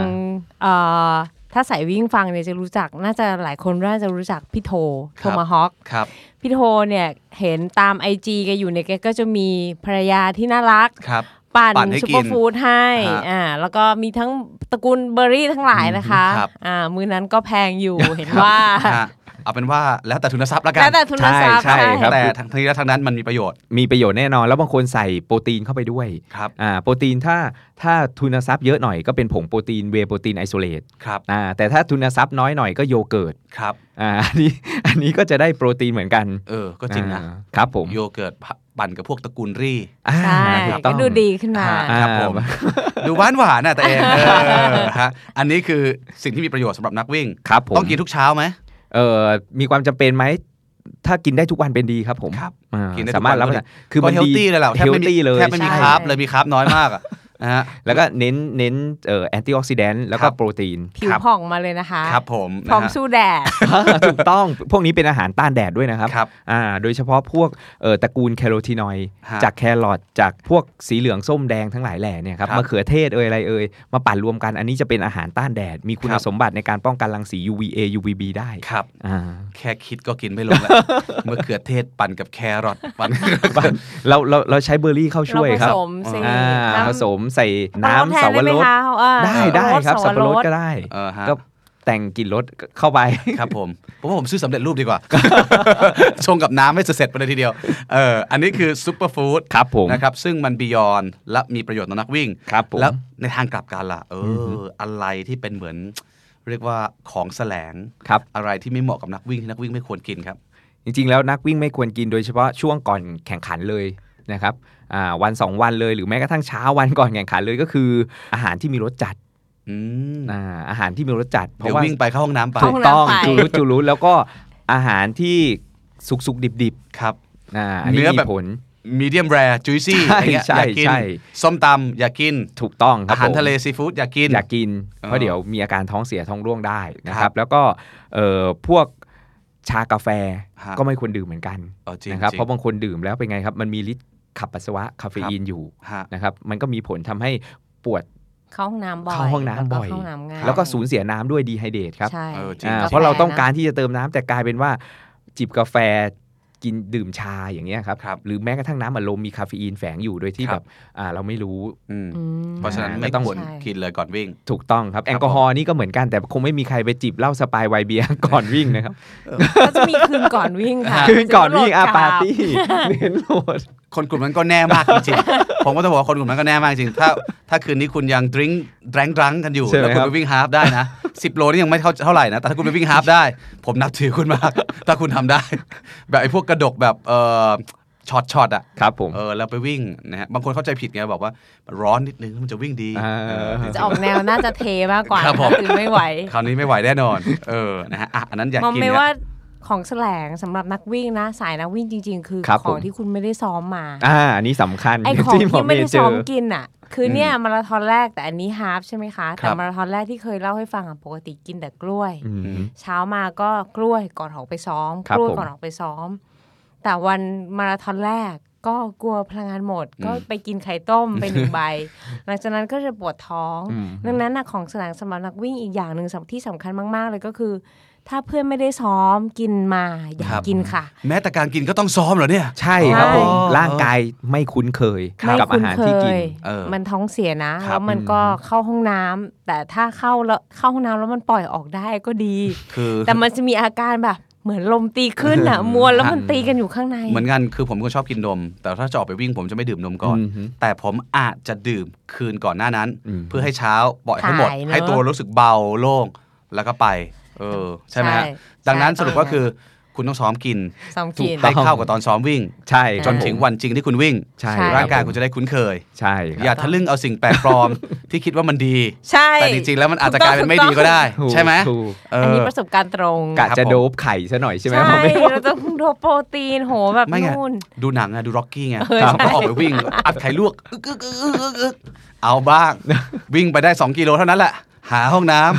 [SPEAKER 3] เอ่อถ้าสายวิ่งฟังเนี่ยจะรู้จักน่าจะหลายคนน่าจะรู้จักพี่โท
[SPEAKER 2] ค
[SPEAKER 3] โท
[SPEAKER 2] รับ
[SPEAKER 3] มาฮอก
[SPEAKER 2] ครับ
[SPEAKER 3] พี่โทเนี่ยเห็นตามไอจีแกอยู่เนี่ยแกก็จะมีภรรยาที่น่ารัก
[SPEAKER 2] ครับ
[SPEAKER 3] ปั่น
[SPEAKER 2] ปั่นให้
[SPEAKER 3] ซู
[SPEAKER 2] กิ
[SPEAKER 3] เปอน ร์ฟู้ดให้
[SPEAKER 2] ฮะ
[SPEAKER 3] อ่าแล้วก็มีทั้งตระกูลเบอร์รี่ทั้งหลายนะคะ
[SPEAKER 2] ครับ
[SPEAKER 3] อ่ามือนั้นก็แพงอยู่ เห็นว่า
[SPEAKER 2] ฮะเอาเป็นว่าแล้วแต่ทุนทรัพย์ละกั
[SPEAKER 3] แล้
[SPEAKER 2] น
[SPEAKER 3] วแต่ทุนทรัพย์
[SPEAKER 4] ใช่ใช่ครับ
[SPEAKER 2] แต่ทั้งนี้และทั้งนั้นมันมีประโยชน์
[SPEAKER 4] มีประโยชน์แน่นอน แล้วบางคนใส่โปรตีนเข้าไปด้วย
[SPEAKER 2] ครับ
[SPEAKER 4] อ่าโปรตีนถ้าถ้าทุนทรัพย์เยอะหน่อยก็เป็นผงโปรตีนเวโปรตีนไอโซเลต
[SPEAKER 2] ครับ
[SPEAKER 4] อ่าแต่ถ้าทุนทรัพย์น้อยหน่อยก็โยเกิร์ต
[SPEAKER 2] ครับ
[SPEAKER 4] อ่า อันนี้อันนี้ก็จะได้โปรตีนเหมือนกัน
[SPEAKER 2] เออก็จริงนะ
[SPEAKER 4] อ่าครับผม
[SPEAKER 2] โยเกิร์ตปั่นกับพวกตระกูลรี่
[SPEAKER 4] อ่า
[SPEAKER 3] ใช่
[SPEAKER 4] ถูต้
[SPEAKER 3] ก็
[SPEAKER 4] อง
[SPEAKER 3] ดูดีขึ้นมา
[SPEAKER 4] อ่า
[SPEAKER 2] ครับผม ดูหวานหวานๆน่ะแต่เองเออฮะอันนี้คือสิ่งที่มีประโยชน์สำหรับนักวิ่ง
[SPEAKER 4] ครับผม
[SPEAKER 2] ต้องกินทุกเช้าไหม
[SPEAKER 4] เอ่อมีความจำเป็นไหม ถ้ากินได้ทุกวันเป็นดีครับผม
[SPEAKER 2] ครับ
[SPEAKER 4] อ่า
[SPEAKER 2] กินได้ทุกวัน
[SPEAKER 4] สามารถรับ
[SPEAKER 2] ก็ดี
[SPEAKER 4] ประทานคือมัน
[SPEAKER 2] เฮล
[SPEAKER 4] ดี
[SPEAKER 2] ตี้เลยแหละแทบไม่มี
[SPEAKER 4] ตี้เลย
[SPEAKER 2] แทบไม่มี
[SPEAKER 3] ใช่
[SPEAKER 2] คาร์บเลยมีคาร์บน้อยมากอะ นะฮะ
[SPEAKER 4] แล้วก็เน้นเน้นเอ่อแอนตี้ออกซิแดนต์แล้วก็โปรตีน
[SPEAKER 3] ผิวผ่องมาเลยนะคะ
[SPEAKER 2] ครับผมนะ
[SPEAKER 3] พร้อม
[SPEAKER 2] ฮะ
[SPEAKER 3] สู้แดด
[SPEAKER 4] อ่าถูกต้องพวกนี้เป็นอาหารต้านแดดด้วยนะครับ
[SPEAKER 2] ครับ
[SPEAKER 4] อ่าโดยเฉพาะพวกเอ่อตระกูลแคโรทีนอยด์
[SPEAKER 2] ฮะ
[SPEAKER 4] จากแครอทจากพวกสีเหลืองส้มแดงทั้งหลายแหล่เนี่ยครับ
[SPEAKER 2] ครับ
[SPEAKER 4] มะเขือเทศเอ่ยอะไรเอ่ยมาปั่นรวมกันอันนี้จะเป็นอาหารต้านแดด มีคุ
[SPEAKER 2] ค
[SPEAKER 4] ณ
[SPEAKER 2] รับ
[SPEAKER 4] สมบัติในการป้องกันรังสี UVA UVB ได้
[SPEAKER 2] ครับ
[SPEAKER 4] อ่า
[SPEAKER 2] แค่คิดก็กินไม่ลง แล้วมะเขือเทศปั่นกับแครอทปั่น
[SPEAKER 4] เราเราเราใช้เบอร์รี่เข้าช่วยครับ
[SPEAKER 3] เราผสมสิ
[SPEAKER 4] อ่า
[SPEAKER 3] น้ำ
[SPEAKER 4] ผสมใส่น้ำ
[SPEAKER 3] สั
[SPEAKER 4] สับปะรด ได้ได้ครับสับปะรดก็ได้
[SPEAKER 2] เออฮะ
[SPEAKER 4] ก็แต่งกลิ่นรสเข้าไป
[SPEAKER 2] ครับผมผมว่าผมซื้อสำเร็จรูปดีกว่า ชงกับน้ำให้เสร็จๆไปเลยทีเดียวเอออันนี้คือซูเปอร์ฟู้ด
[SPEAKER 4] ครับผม
[SPEAKER 2] นะครับซึ่งมันบียอนและมีประโยชน์ต่อนักวิ่ง
[SPEAKER 4] ครับผม
[SPEAKER 2] แล้วในทางกลับกันล่ะเออออะไรที่เป็นเหมือน เรียกว่าของแสลง
[SPEAKER 4] ครับ
[SPEAKER 2] อะไรที่ไม่เหมาะกับนักวิ่งที่นักวิ่งไม่ควรกินครับ
[SPEAKER 4] จริงๆ แล้วนักวิ่งไม่ควรกินโดยเฉพาะช่วงก่อนแข่งขันเลยนะครับอ่าวัน 2 วันเลยหรือแม้กระทั่งเช้าวันก่อนแข่งขันเลยก็คือ อาหารที่มีรสจัด
[SPEAKER 2] อืม
[SPEAKER 4] อ่าอาหารที่มีรสจัด เพ
[SPEAKER 2] เดี๋ยว
[SPEAKER 4] ราะว่า
[SPEAKER 2] วิ่งไปเข้าห้องน้ำไป
[SPEAKER 3] ถู
[SPEAKER 4] ถูกต้อง
[SPEAKER 3] เข้าห้องน้ำไป
[SPEAKER 4] จูรุดจูรุดแล้วก็อาหารที่สุกๆ ดิบ
[SPEAKER 2] ครับ
[SPEAKER 4] ๆอ่าอันนี้
[SPEAKER 2] เนื้อ
[SPEAKER 4] มี
[SPEAKER 2] แบบ
[SPEAKER 4] ผล
[SPEAKER 2] มีเดียมแรร์จุยซี่
[SPEAKER 4] ใช่
[SPEAKER 2] อะไรเงี้ย
[SPEAKER 4] ใช่
[SPEAKER 2] อยากกิน
[SPEAKER 4] ใช่
[SPEAKER 2] ส้มตำอยากกิน
[SPEAKER 4] ถูกต้องครับ
[SPEAKER 2] อาหาร
[SPEAKER 4] ผม
[SPEAKER 2] ทะเลซีฟู้ดอยากกิน
[SPEAKER 4] อยากกิน
[SPEAKER 2] เออ
[SPEAKER 4] เพราะเดี๋ยวมีอาการท้องเสียท้องร่วงได้นะค
[SPEAKER 2] ครั
[SPEAKER 4] รั
[SPEAKER 2] บบ
[SPEAKER 4] แล้วก็เอ่อพวกชากาแฟ
[SPEAKER 2] ฮะ
[SPEAKER 4] ก็ไม่ควรดื่มเหมือนกัน
[SPEAKER 2] เออจริง
[SPEAKER 4] นะครับ
[SPEAKER 2] จง
[SPEAKER 4] เพราะบางคนดื่มแล้วเป็นไงครับ มันมีฤทธิ์ขับปัสสาวะคาเฟอีนอยู่
[SPEAKER 2] ฮะ
[SPEAKER 4] นะครับมันก็มีผลทำให้ปวด
[SPEAKER 3] เข้าห้องน้ำบ่อย
[SPEAKER 4] เข้าห้องน้ำบ่อย
[SPEAKER 3] แล้วก็เข้าห้งน้ำง่าย
[SPEAKER 4] แล้วก็สูญเสียน้ำด้วยดีไฮเดรตครับ
[SPEAKER 3] ใช่
[SPEAKER 2] เออจริง
[SPEAKER 4] อ่า
[SPEAKER 3] แฟ
[SPEAKER 4] เพราะเราต้องการที่จะเติมน้ำแต่กลายเป็นว่า จิบกาแฟกินดื่มชาอย่างเงี้ยครับ
[SPEAKER 2] ครับ
[SPEAKER 4] หรือแม้กระทั่งน้ำอัดลมมีคาเฟอีนแฝงอยู่โดยที่
[SPEAKER 2] ครั
[SPEAKER 4] แบบ บอ่าเราไม่รู้
[SPEAKER 2] อืม
[SPEAKER 3] อืม
[SPEAKER 2] เพราะฉะนั้น
[SPEAKER 4] อ่า
[SPEAKER 2] ไม่
[SPEAKER 4] ก็ต้อง
[SPEAKER 2] ควร
[SPEAKER 3] ใช่
[SPEAKER 2] กินเลยก่อนวิ่ง
[SPEAKER 4] ถูกต้องครับแอลกอฮอล์นี่ก็เหมือนกันแต่คงไม่มีใครไปจิบเหล้าสปายไวน์เบี ยร์ก่อนวิ่งนะครับ
[SPEAKER 3] ก็จะมีคืนก่อนวิ่งค่ะ
[SPEAKER 4] คืนก่อนวิ่งอา
[SPEAKER 3] จะลด
[SPEAKER 4] ปาร์ตี้เน้นโหลด
[SPEAKER 2] คนกลุ่มนั้นก็แน่มากจริงๆ ผมก็จะบอกว่าคนกลุ่มนั้นก็แน่มากจริง ถ้าถ้าคืนนี้คุณยังดริ้งแดรงดังกันอยู่
[SPEAKER 4] ใช่ไหม
[SPEAKER 2] แล้วคุณ
[SPEAKER 4] ครั
[SPEAKER 2] ไป
[SPEAKER 4] บ
[SPEAKER 2] วิ่งฮาล์ฟได้นะสิบโลนี่ยังไม่เท่าเท่าไหร่นะ แต่ถ้าคุณไปวิ่งฮาล์ฟได้ ผมนับถือคุณมาก ถ้าคุณทำได้ แบบไอ้พวกกระดกแบบเออช็อตช็อตอ่ะ
[SPEAKER 4] ครับผม
[SPEAKER 2] เออแล้วไปวิ่งนะฮะบางคนเข้าใจผิดไงบอกว่าร้อนนิดนึงมันจะวิ่งดี
[SPEAKER 4] อ่า
[SPEAKER 2] เออ
[SPEAKER 3] จะออกแนวน่าจะเทมากกว่า
[SPEAKER 2] ครับผม
[SPEAKER 3] คือไม่ไหว
[SPEAKER 2] คราวนี้ไม่ไหวแน่นอน เออนะฮะอ่ะอันนั้นอยาก
[SPEAKER 3] มอง
[SPEAKER 2] กิน
[SPEAKER 3] ไม่
[SPEAKER 2] นะ
[SPEAKER 3] ว่าของแสลงสำหรับนักวิ่งนะ สายนักวิ่งจริง ๆ คือ
[SPEAKER 4] ครับ
[SPEAKER 3] ของ
[SPEAKER 4] ผม
[SPEAKER 3] ที่คุณไม่ได้ซ้อมมา
[SPEAKER 4] อ่าอันนี้สำคัญ
[SPEAKER 3] ไอของ
[SPEAKER 4] ห
[SPEAKER 3] ที่ไม่ได้
[SPEAKER 4] เย์เจ
[SPEAKER 3] ซ้อม
[SPEAKER 4] อ
[SPEAKER 3] กินอ่ะ คือเนี่ยมาราธอนแรกแต่อันนี้ฮาฟใช่ไหมคะ
[SPEAKER 2] ครั
[SPEAKER 3] แต่
[SPEAKER 2] บ
[SPEAKER 3] มาราธอนแรกที่เคยเล่าให้ฟังอ่ะปกติกินแต่กล้วย
[SPEAKER 4] อืม
[SPEAKER 3] เช้ามาก็กล้วยก่อนออกไปซ้อม
[SPEAKER 4] ครับ
[SPEAKER 3] กล้วย
[SPEAKER 4] ผม
[SPEAKER 3] ก่อนออกไปซ้อม แต่วันมาราธอนแรกก็กลัวพลังงานหมด
[SPEAKER 2] อืม
[SPEAKER 3] ก็ไปกินไข่ต้มไปหนึ่งใบ หลังจากนั้นก็จะปวดท้อง
[SPEAKER 4] อืม
[SPEAKER 3] ดังนั้นนะของสนามสำหรับนักวิ่งอีกอย่างหนึ่งสำที่สำคัญมาก ๆ เลยก็คือ ถ้าเพื่อนไม่ได้ซ้อมกินมาอย่า
[SPEAKER 2] ครับ
[SPEAKER 3] กินค่ะ
[SPEAKER 2] แม้แต่การกินก็ต้องซ้อมเหรอเนี่ย
[SPEAKER 4] ใช่ครับผม
[SPEAKER 2] ใช่
[SPEAKER 4] ร่างกายไม่คุ้นเคย
[SPEAKER 3] ไม่
[SPEAKER 4] กับอา
[SPEAKER 3] คุ้น
[SPEAKER 4] หาร
[SPEAKER 3] เค
[SPEAKER 4] ที่กิน
[SPEAKER 3] ย
[SPEAKER 2] เออ
[SPEAKER 3] มันท้องเสียนะ
[SPEAKER 2] ครั
[SPEAKER 3] แล้
[SPEAKER 2] บ
[SPEAKER 3] วมันก็เข้าห้องน้ำแต่ถ้าเข้าแล้วเข้าห้องน้ำแล้วมันปล่อยออกได้ก็ดี
[SPEAKER 2] คือ
[SPEAKER 3] แต่มันจะมีอาการแบบ เหมือนลมตีขึ้นอ่ะ มวนแล้วมันตีกันอยู่ข้างใน
[SPEAKER 2] เหมือนกันคือผมก็ชอบกินนม แต่ถ้าจะออกไปวิ่งผมจะไม่ดื่มนมก่อน
[SPEAKER 4] อือฮึ
[SPEAKER 2] แต่ผมอาจจะดื่มคืนก่อนหน้านั้น
[SPEAKER 4] อืม
[SPEAKER 2] เพื่อให้เช้าปล่อยให้หมด
[SPEAKER 3] ถ่ายเนอะ
[SPEAKER 2] ให้ตัวรู้สึกเบาโล่งแล้วก็ไป เออ ใช่ไหมฮะ
[SPEAKER 3] ใช่
[SPEAKER 2] ดังนั้น
[SPEAKER 3] ใช่
[SPEAKER 2] สรุปก็คือคุณต้องซ้อมกิน
[SPEAKER 3] ซ้อม
[SPEAKER 2] ถูก
[SPEAKER 3] กิน
[SPEAKER 2] ให้เข้ากับตอนซ้อมวิ่ง
[SPEAKER 4] ใช่ค
[SPEAKER 2] จ
[SPEAKER 4] รับ
[SPEAKER 2] น
[SPEAKER 4] ผม
[SPEAKER 2] ถึงวันจริงที่คุณวิ่ง
[SPEAKER 4] ใช่
[SPEAKER 3] ใช่
[SPEAKER 2] ร่างกาย
[SPEAKER 4] บ
[SPEAKER 2] คุณจะได้คุ้นเคย
[SPEAKER 4] ใช่
[SPEAKER 2] อ
[SPEAKER 4] ครับ
[SPEAKER 2] ย่าทะลึ่งเอาสิ่งแปลกปลอม ที่คิดว่ามันดี
[SPEAKER 3] ใช่
[SPEAKER 2] แต่จริงๆแล้วมันอาจจะกลายเป็นไม่ดีก็ได้
[SPEAKER 4] ถูก
[SPEAKER 2] ใช่ไหม
[SPEAKER 4] ถูก
[SPEAKER 2] เอ
[SPEAKER 3] อัน
[SPEAKER 2] อ
[SPEAKER 3] นี้ประสบการณ์ตรง
[SPEAKER 4] กะ
[SPEAKER 2] ครับ
[SPEAKER 4] จะ
[SPEAKER 2] ผม
[SPEAKER 4] โดบไข่ซะหน่อยใช่ไหม
[SPEAKER 3] ใช่
[SPEAKER 4] ผมไม่
[SPEAKER 3] เราจะโดนโปรตีนโหแบบ
[SPEAKER 2] ไม่ไง
[SPEAKER 3] นู่น
[SPEAKER 2] ดูหนังอะดูร็อกกี้ไง
[SPEAKER 3] เออ
[SPEAKER 2] ครับ
[SPEAKER 3] ใช่
[SPEAKER 2] ก็ออกไปวิ่ง อัดไข่ลวกอึกอึกอึกอึกอึกอึกเอาบ้าง วิ่งไปได้ 2 กิโลเท่านั้นแหละ หาห้องน้ำ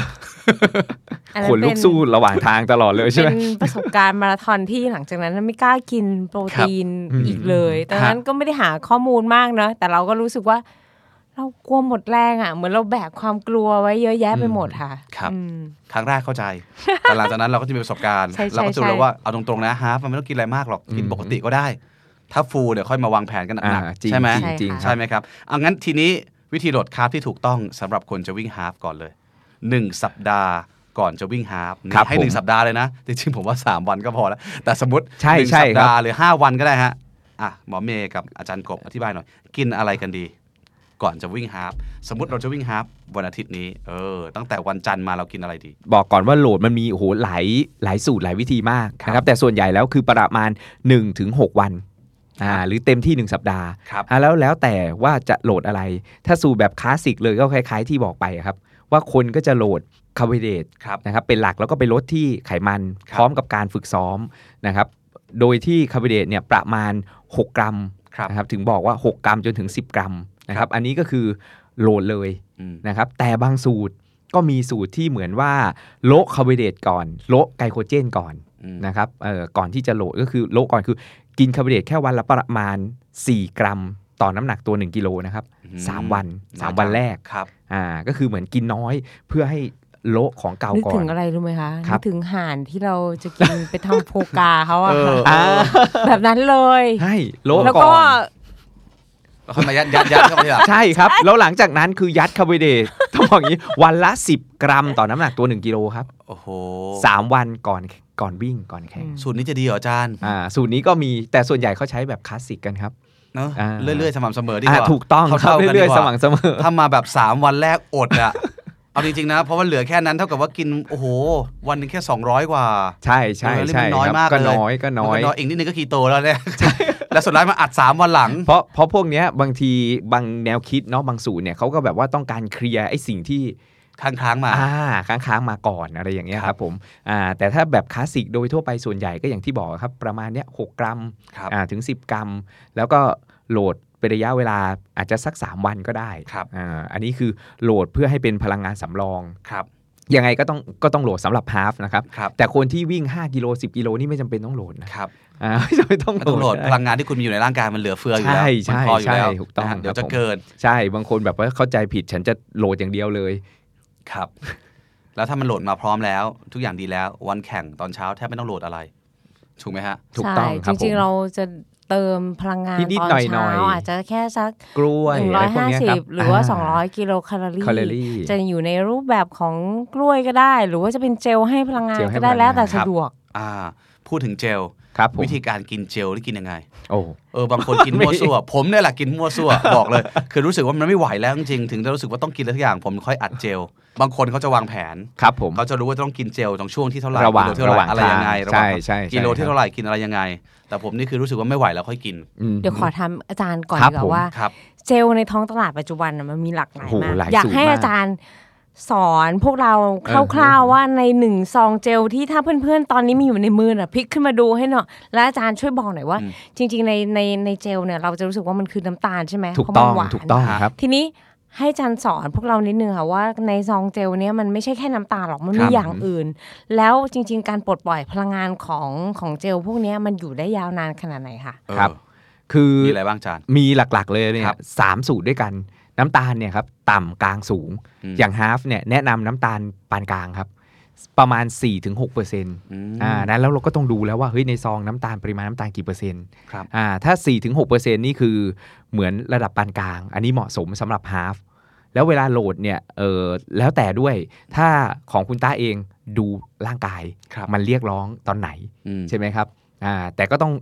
[SPEAKER 3] อันนั้
[SPEAKER 4] ขน
[SPEAKER 3] น
[SPEAKER 4] ลุ
[SPEAKER 3] เป็
[SPEAKER 4] ก
[SPEAKER 3] น
[SPEAKER 4] สู้ระหว่างทางตลอดเลยใช่ไหม
[SPEAKER 3] เป็นประสบการณ์มาราธอนที่หลังจากนั้นไม่กล้ากินโปรตีน
[SPEAKER 4] ครับ
[SPEAKER 3] อีกเลยตอนนั้นก็ไม่ได้หาข้อมูลมากเนอะแต่เราก็รู้สึกว่า เรากลัวหมดแรงอ่ะ เหมือนเราแบกความกลัวไว้เยอะแยะไปหมดค่ะ
[SPEAKER 2] ครับ
[SPEAKER 3] อืม
[SPEAKER 2] ครั้งแรกเข้าใจ แต่หลังจากนั้นเราก็จะมีประสบการณ์
[SPEAKER 3] ใช่ใช่
[SPEAKER 2] เราก็จะรู้
[SPEAKER 3] ใช่
[SPEAKER 2] ว่าเอาตรงๆนะฮาร์ฟมันไม่ต้องกินอะไรมากหรอก กินปกติก็ได้ ถ้าฟูลเดี๋ยวค่อยมาวางแผนกันห
[SPEAKER 4] อ่า
[SPEAKER 2] นัก
[SPEAKER 4] จริ
[SPEAKER 2] ๆ
[SPEAKER 4] ง
[SPEAKER 2] ใช่ไหม
[SPEAKER 4] จริงจริงค
[SPEAKER 2] ใช่
[SPEAKER 4] รับ
[SPEAKER 2] ไหมครับเอางั้นทีนี้วิธีโหลดคาร์บที่ถูกต้องสำหรับคนจะวิ่งฮาล์ฟก่อนเลย 1 สัปดาห์ก่อนจะวิ่งฮาล์ฟ
[SPEAKER 4] ครับ
[SPEAKER 2] ให้หนึ่
[SPEAKER 4] ผ
[SPEAKER 2] ง
[SPEAKER 4] ม
[SPEAKER 2] สัปดาห์เลยนะ จริงๆผมว่า 3 วันก็พอแล้ว แต่สมมติ
[SPEAKER 4] ใช่
[SPEAKER 2] หนึ่ง
[SPEAKER 4] ใช่
[SPEAKER 2] สัป
[SPEAKER 4] ครับ
[SPEAKER 2] ดาห์หรือ 5 วันก็ได้ฮะอ่ะหมอเมย์กับอาจารย์กบอธิบายหน่อย กินอะไรกันดี ก่อนจะวิ่งฮาล์ฟสมมติเราจะวิ่งฮาล์ฟวันอาทิตย์นี้เออ ตั้งแต่วันจันทร์มาเรากินอะไรดี
[SPEAKER 4] บอกก่อนว่าโหลดมันมีโอ้โหหลายหลายสูตรหลายวิธีมากนะครับแต่ส่วนใหญ่แล้วคือประมาณ1-6ถึง6วันอ่าหรือเต็มที่ 1 สัปดาห์
[SPEAKER 2] ครับ
[SPEAKER 4] อ่าแล้วแล้วแต่ว่าจะโหลดอะไร ถ้าสูตรแบบคลาสสิกเลยก็คล้ายๆที่บอกไปครับ ว่าคนก็จะโหลดคาร์โบไฮเดรต
[SPEAKER 2] ครับ
[SPEAKER 4] นะครับเป็นหลักแล้วก็ไปลดที่ไขมัน
[SPEAKER 2] ครับ
[SPEAKER 4] พร้อมกับการฝึกซ้อมนะครับโดยที่คาร์โบไฮเดรตเนี่ยประมาณ 6 กรัม
[SPEAKER 2] ครับ
[SPEAKER 4] นะครับถึงบอกว่า 6 กรัมจนถึง 10 กรัมนะครับอันนี้ก็คือ โหลดเลย
[SPEAKER 2] อืม
[SPEAKER 4] นะครับ แต่บางสูตรก็มีสูตรที่เหมือนว่าโละคาร์โบไฮเดรตก่อนโละไกลโคเจนก่อน
[SPEAKER 2] อืม
[SPEAKER 4] นะครับเอ่อก่อนที่จะโหลดก็คือโละก่อนคือ กินคาร์โบไฮเดรตแค่วันละประมาณ 4 กรัม ต่อน้ำหนักตัว 1กิโลนะครับ 3 วัน 3 วันแรก
[SPEAKER 2] ครับ
[SPEAKER 4] อ่าก็คือเหมือนกินน้อยเพื่อให้โละของเก่า
[SPEAKER 3] นึก
[SPEAKER 4] ก่อ
[SPEAKER 3] ถึ
[SPEAKER 4] น
[SPEAKER 3] งอะไรรู้ไหมคะ
[SPEAKER 4] ครั
[SPEAKER 3] นึ
[SPEAKER 4] บ
[SPEAKER 3] กถึงห่านที่เราจะกิน ไปทำโพกาเขาอะ
[SPEAKER 2] เอ
[SPEAKER 3] ค่ะ
[SPEAKER 2] อ
[SPEAKER 4] อ่า
[SPEAKER 3] แบบนั้นเลย
[SPEAKER 4] ใช่โละ
[SPEAKER 3] แล้ว
[SPEAKER 4] ก่
[SPEAKER 3] ก็
[SPEAKER 4] อน
[SPEAKER 2] แล้วค่อยมายัดยัดยัดเข้าไปหลัง
[SPEAKER 4] ใช่ครับ แล้วหลังจากนั้นคือยัดคาร์โบไฮเดรตต้องบอกอย่างนี้ วันละ 10 กรัมต่อน้ำหนักตัว 1 กิโลครับ
[SPEAKER 2] โอ้โห
[SPEAKER 4] 3 วันก่อนก่อนวิ่งก่อนแข่ง
[SPEAKER 2] สูตรนี้จะดีเหรออาจารย์
[SPEAKER 4] อ่าสูตรนี้ก็มีแต่ส่วนใหญ่เขาใช้แบบคลาสสิกกันครับ
[SPEAKER 2] เนอะ
[SPEAKER 4] อ่า
[SPEAKER 2] เรื่อยๆสม่ำเสมอดีก
[SPEAKER 4] อ่า
[SPEAKER 2] ว่า
[SPEAKER 4] ถูกต้องครับ
[SPEAKER 2] เข้าๆกันดีกว่า
[SPEAKER 4] เรื่อยๆสม่ำเสมอ
[SPEAKER 2] ถ้ามาแบบ 3 วันแรกอดอะ เอาจริงๆนะ เพราะว่าเหลือแค่นั้นเท่ากับว่ากิน โอ้โห วันหนึงแค่ 200 กว่า
[SPEAKER 4] ใช่ใช่
[SPEAKER 2] เออนี่มัน
[SPEAKER 4] ใช่
[SPEAKER 2] น้อย
[SPEAKER 4] ครับ
[SPEAKER 2] มาก
[SPEAKER 4] ก็
[SPEAKER 2] เลย
[SPEAKER 4] น้อยก็น้อย
[SPEAKER 2] มัเองนิดนึงก็คีโตแล้วเนี่ยแล้วสุดท้ายมาอัด 3 วันหลัง
[SPEAKER 4] เพราะเพราะพวกเนี้ยบางทีบางแนวคิดเนาะบางสูตรเนี่ยเขาก็แบบว่าต้องการเคลียร์ไอ้สิ่งที่
[SPEAKER 2] ค้างๆมา
[SPEAKER 4] อ่าค้างค้างๆมาก่อนอะไรอย่างเงี้ยครับผมอ่าแต่ถ้าแบบคลาสสิกโดยทั่วไปส่วนใหญ่ก็อย่างที่บอกครับ ประมาณเนี้ยหกกรัม
[SPEAKER 2] ครับ
[SPEAKER 4] อ่าถึง 10 กรัม แล้วก็โหลดเป็นระยะเวลาอาจจะสัก 3 วันก็ได้
[SPEAKER 2] ครับ
[SPEAKER 4] อ่าอันนี้คือโหลดเพื่อให้เป็นพลังงานสำรอง
[SPEAKER 2] ครับ
[SPEAKER 4] ยังไงก็ต้องก็ต้องโหลดสำหรับฮาฟนะครับ
[SPEAKER 2] ครับ
[SPEAKER 4] แต่คนที่วิ่ง 5 กิโล 10 กิโลนี่ไม่จำเป็นต้องโหลดนะครับ อ่า ไม่จำเป็นต้อง
[SPEAKER 2] มันต้องโหลดพ
[SPEAKER 4] ได้
[SPEAKER 2] ลังงานที่คุณมีอยู่ในร่างกายมันเหลือเฟืออยู่แล้ว
[SPEAKER 4] ใช่ใช่
[SPEAKER 2] มันพออยู่แล้ว
[SPEAKER 4] ใช่ถูกต้อง
[SPEAKER 2] นะฮะเดี๋ยว
[SPEAKER 4] ครั
[SPEAKER 2] จะ
[SPEAKER 4] บผม
[SPEAKER 2] เกิน
[SPEAKER 4] ใช่บางคนแบบว่าเข้าใจผิดฉันจะโหลดอย่างเดียวเลย
[SPEAKER 2] ครับ แล้วถ้ามันโหลดมาพร้อมแล้ว ทุกอย่างดีแล้ววันแข่งตอนเช้าแทบไม่ต้องโหลดอะไร ถูกไหมฮะ
[SPEAKER 4] ถูกต้องครั
[SPEAKER 3] ใช่
[SPEAKER 4] บ
[SPEAKER 3] จริง
[SPEAKER 4] ผม
[SPEAKER 3] ๆเราจะเติมพลังงาน
[SPEAKER 4] นิดๆ
[SPEAKER 3] ตอน
[SPEAKER 4] หน่อยๆ
[SPEAKER 3] เช้าอาจจะแค่สัก
[SPEAKER 4] กล้วย
[SPEAKER 3] หนึ่ง
[SPEAKER 4] อะ
[SPEAKER 3] ร้อ
[SPEAKER 4] ไร
[SPEAKER 3] ย
[SPEAKER 4] พวก
[SPEAKER 3] ห้า
[SPEAKER 4] เนี้ย
[SPEAKER 3] สิ
[SPEAKER 4] ครับ
[SPEAKER 3] บหรือว่า
[SPEAKER 4] า
[SPEAKER 3] สองร้อยกิโลแคลอ
[SPEAKER 4] แคลอรี่
[SPEAKER 3] จะอยู่ในรูปแบบของกล้วยก็ได้ หรือว่าจะเป็นเจลให้พลังงาน
[SPEAKER 4] เจลให้
[SPEAKER 3] ก็ได้แล้ว
[SPEAKER 4] พลังงาน
[SPEAKER 3] แต่สะดวก
[SPEAKER 2] อ่า พูดถึงเจล
[SPEAKER 4] ครับผม
[SPEAKER 2] วิธีการกินเจลนี่กินยังไง
[SPEAKER 4] โอ้
[SPEAKER 2] เออบางคนกินมั่ว ซั่ว ผมเนี่ยแหละกินมั่วซั่ว บอกเลย คือรู้สึกว่ามันไม่ไหวแล้วจริงๆถึงจะรู้สึกว่าต้องกินอะไรสักอย่างผมค่อยอัดเจล บางคนเขาจะวางแผน
[SPEAKER 4] ครับผม
[SPEAKER 2] เขาจะรู้ว่าต้องกินเจลตรงช่วงที่เท่าไหร่
[SPEAKER 4] ระหว่าง
[SPEAKER 2] กิโลเท่าไห
[SPEAKER 4] ระ
[SPEAKER 2] ร่
[SPEAKER 4] หว่าง
[SPEAKER 2] อะไรยังไง
[SPEAKER 4] ทาง
[SPEAKER 2] ระหว่าง
[SPEAKER 4] ใช่ใช่ใช่
[SPEAKER 2] กิโลที่เท่าไหร่กินอะไรยังไง แต่ผมนี่คือรู้สึกว่าไม่ไหวแล้วค่อยกิน
[SPEAKER 4] อืม
[SPEAKER 3] เดี๋ยวขอทำอาจารย์ก่อน
[SPEAKER 4] ครับ
[SPEAKER 3] ดีกว่า
[SPEAKER 4] ผม
[SPEAKER 3] ว่า
[SPEAKER 2] ครับ
[SPEAKER 3] เจลในท้องตลาดปัจจุบันน่ะมันมีหลากหลาย
[SPEAKER 4] โอ้
[SPEAKER 3] มาก
[SPEAKER 4] โหหลาย
[SPEAKER 3] อยาก
[SPEAKER 4] สูตร
[SPEAKER 3] ให้
[SPEAKER 4] มาก
[SPEAKER 3] อาจารย์สอนพวกเรา
[SPEAKER 4] เออ
[SPEAKER 3] คร่าวๆว่าในหนึ่งซองเจลที่ถ้าเพื่อนๆ ตอนนี้มีอยู่ในมือน่ะพลิกขึ้นมาดูให้หน่อยและอาจารย์ช่วยบอกหน่อยว่า
[SPEAKER 2] อืม
[SPEAKER 3] จริง ๆ ในในในเจลเนี่ยเราจะรู้สึกว่ามันคือน้ำตาลใช่ไหม
[SPEAKER 4] ถูก
[SPEAKER 3] เพราะ
[SPEAKER 4] ต้
[SPEAKER 3] มั
[SPEAKER 4] อน ง
[SPEAKER 3] หวาน
[SPEAKER 4] ถูกต้องครับ
[SPEAKER 3] ทีนี้ให้อาจารย์สอนพวกเรานิดนึงค่ะว่าในซองเจลเนี่ยมันไม่ใช่แค่น้ำตาลหรอกมัน
[SPEAKER 4] ค
[SPEAKER 3] มี
[SPEAKER 4] รับ
[SPEAKER 3] อย่างอื่น แล้วจริง ๆ การปลดปล่อยพลังงานของของเจล พวกเนี้ยมันอยู่ได้ยาวนานขนาดไหนคะ
[SPEAKER 2] เออ
[SPEAKER 4] ครับ คือ
[SPEAKER 2] มีอะไรบ้างจาน
[SPEAKER 4] มีหลักๆเลยเนี่
[SPEAKER 2] ครั
[SPEAKER 4] ย
[SPEAKER 2] บ
[SPEAKER 4] สามสูตรด้วยกันน้ำตาลเนี่ยครับต่ำกลางสูง
[SPEAKER 2] อืม
[SPEAKER 4] อย่างฮาฟเนี่ยแนะนำน้ำตาลปานกลางครับ ประมาณ 4-6%
[SPEAKER 2] อืม
[SPEAKER 4] อ่านั้นแล้วเราก็ต้องดูแล้วว่าเฮ้ยในซองน้ำตาลปริมาณน้ำตาลกี่เปอร์เซ็นต์
[SPEAKER 2] ครับ
[SPEAKER 4] อ่าถ้า 4-6%นี่คือเหมือนระดับปานกลาง อันนี้เหมาะสมสำหรับฮาฟแล้วเวลาโหลดเนี่ยเออแล้วแต่ด้วยถ้าของคุณต้าเองดูร่างกาย
[SPEAKER 2] ครับ
[SPEAKER 4] มันเรียกร้องตอนไหน
[SPEAKER 2] อืม
[SPEAKER 4] ใช่ไหมครับอ่าแต่ก็ต้อง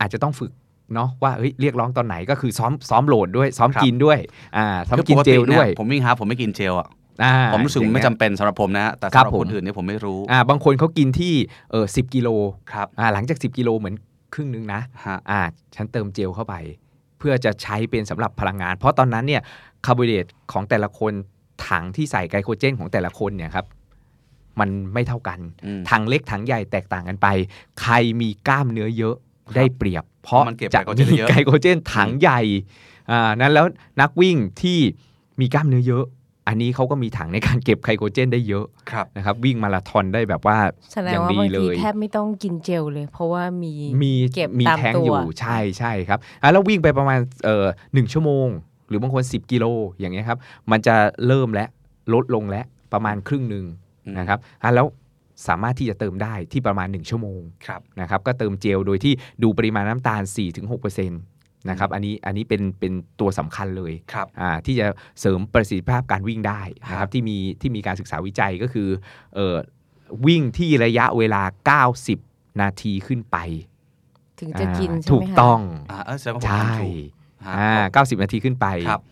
[SPEAKER 4] อาจจะต้องฝึกเนาะว่าเฮ้ยเรียกร้องตอนไหนก็คือซ้อมซ้อมโหลดด้วยซ้อมกินด้วยอ่าซ้อม
[SPEAKER 2] คือ
[SPEAKER 4] กิน
[SPEAKER 2] ป
[SPEAKER 4] เจลด้วย
[SPEAKER 2] นี่ผมวิ่งหาผมไม่กินเจลอ่ะ
[SPEAKER 4] อ่า
[SPEAKER 2] ผมรู้สึกมันไม่
[SPEAKER 4] อ
[SPEAKER 2] จำ
[SPEAKER 4] ย่างเงี้ย
[SPEAKER 2] เป็นสำหรับผมนะฮะแต่สำห
[SPEAKER 4] ครั
[SPEAKER 2] รั
[SPEAKER 4] บบ ผม
[SPEAKER 2] คนอื่นเนี่ยผมไม่รู้
[SPEAKER 4] อ่าบางคนเขากินที่เออสิกิโล
[SPEAKER 2] ครับ
[SPEAKER 4] อ่าหลังจาก 10 กิโลเหมือนครึ่งนึงนะ
[SPEAKER 2] ฮะ
[SPEAKER 4] อ่าฉันเติมเจลเข้าไป เพื่อจะใช้เป็นสำหรับพลังงาน เพราะตอนนั้นเนี่ยคาร์โบไฮเดรตของแต่ละคนถังที่ใส่ไกลโคเจนของแต่ละคนเนี่ยครับมันไม่เท่ากัน
[SPEAKER 2] อืม
[SPEAKER 4] ถังเล็กถังใหญ่แตกต่างกันไป ใครมีกล้ามเนื้อเยอะได้เปรียบ เพราะ
[SPEAKER 2] มันเก็บไก
[SPEAKER 4] จะ
[SPEAKER 2] ลโคเจ
[SPEAKER 4] มี
[SPEAKER 2] นเยอะ
[SPEAKER 4] ไกลโคเจนถังใหญ่อ่านั้นแล้วนักวิ่งที่มีกล้ามเนื้อเยอะ อันนี้เขาก็มีถังในการเก็บไกลโคเจนได้เยอะ
[SPEAKER 2] ครับ
[SPEAKER 4] นะครับ วิ่งมาราธอนได้แบบว่า
[SPEAKER 3] แสด
[SPEAKER 4] อง ย่าง
[SPEAKER 3] ว่า
[SPEAKER 4] ดี
[SPEAKER 3] บาง
[SPEAKER 4] เล
[SPEAKER 3] ที
[SPEAKER 4] ย
[SPEAKER 3] แทบไม่ต้องกินเจลเลย เพราะว่ามี
[SPEAKER 4] มี
[SPEAKER 3] เก็บ
[SPEAKER 4] มี
[SPEAKER 3] ตาม
[SPEAKER 4] แท้ง
[SPEAKER 3] ตัว
[SPEAKER 4] อยู่ใช่ใช่ครับอ่ะแล้ววิ่งไปประมาณเอ่อหนึ่งชั่วโมง หรือบางคน 10 กิโลอย่างเงี้ยครับมันจะเริ่มและลดลงและประมาณครึ่งหนึ่ง
[SPEAKER 2] อืม
[SPEAKER 4] นะครับอ่ะแล้วสามารถที่จะเติมได้ที่ประมาณ 1 ชั่วโมง
[SPEAKER 2] ครับ
[SPEAKER 4] นะครับก็เติมเจลโดยที่ดูปริมาณน้ำตาล 4-6%นะครับอันนี้อันนี้เป็นเป็นตัวสำคัญเลย
[SPEAKER 2] ครับ
[SPEAKER 4] อ่าที่จะเสริมประสิทธิภาพการวิ่งได้นะครับที่มีที่มีการศึกษาวิจัยก็คือเออวิ่งที่ระยะเวลา 90 นาทีขึ้นไป
[SPEAKER 3] ถึงจะกิน
[SPEAKER 4] อ่า
[SPEAKER 3] ใช่ไหมคะ
[SPEAKER 4] ถูกต้อง
[SPEAKER 2] อ่าเออแสดงว่าผม
[SPEAKER 4] ใช่
[SPEAKER 2] ทำถูกฮะ
[SPEAKER 4] อ่า90 นาทีขึ้นไป
[SPEAKER 2] ครับ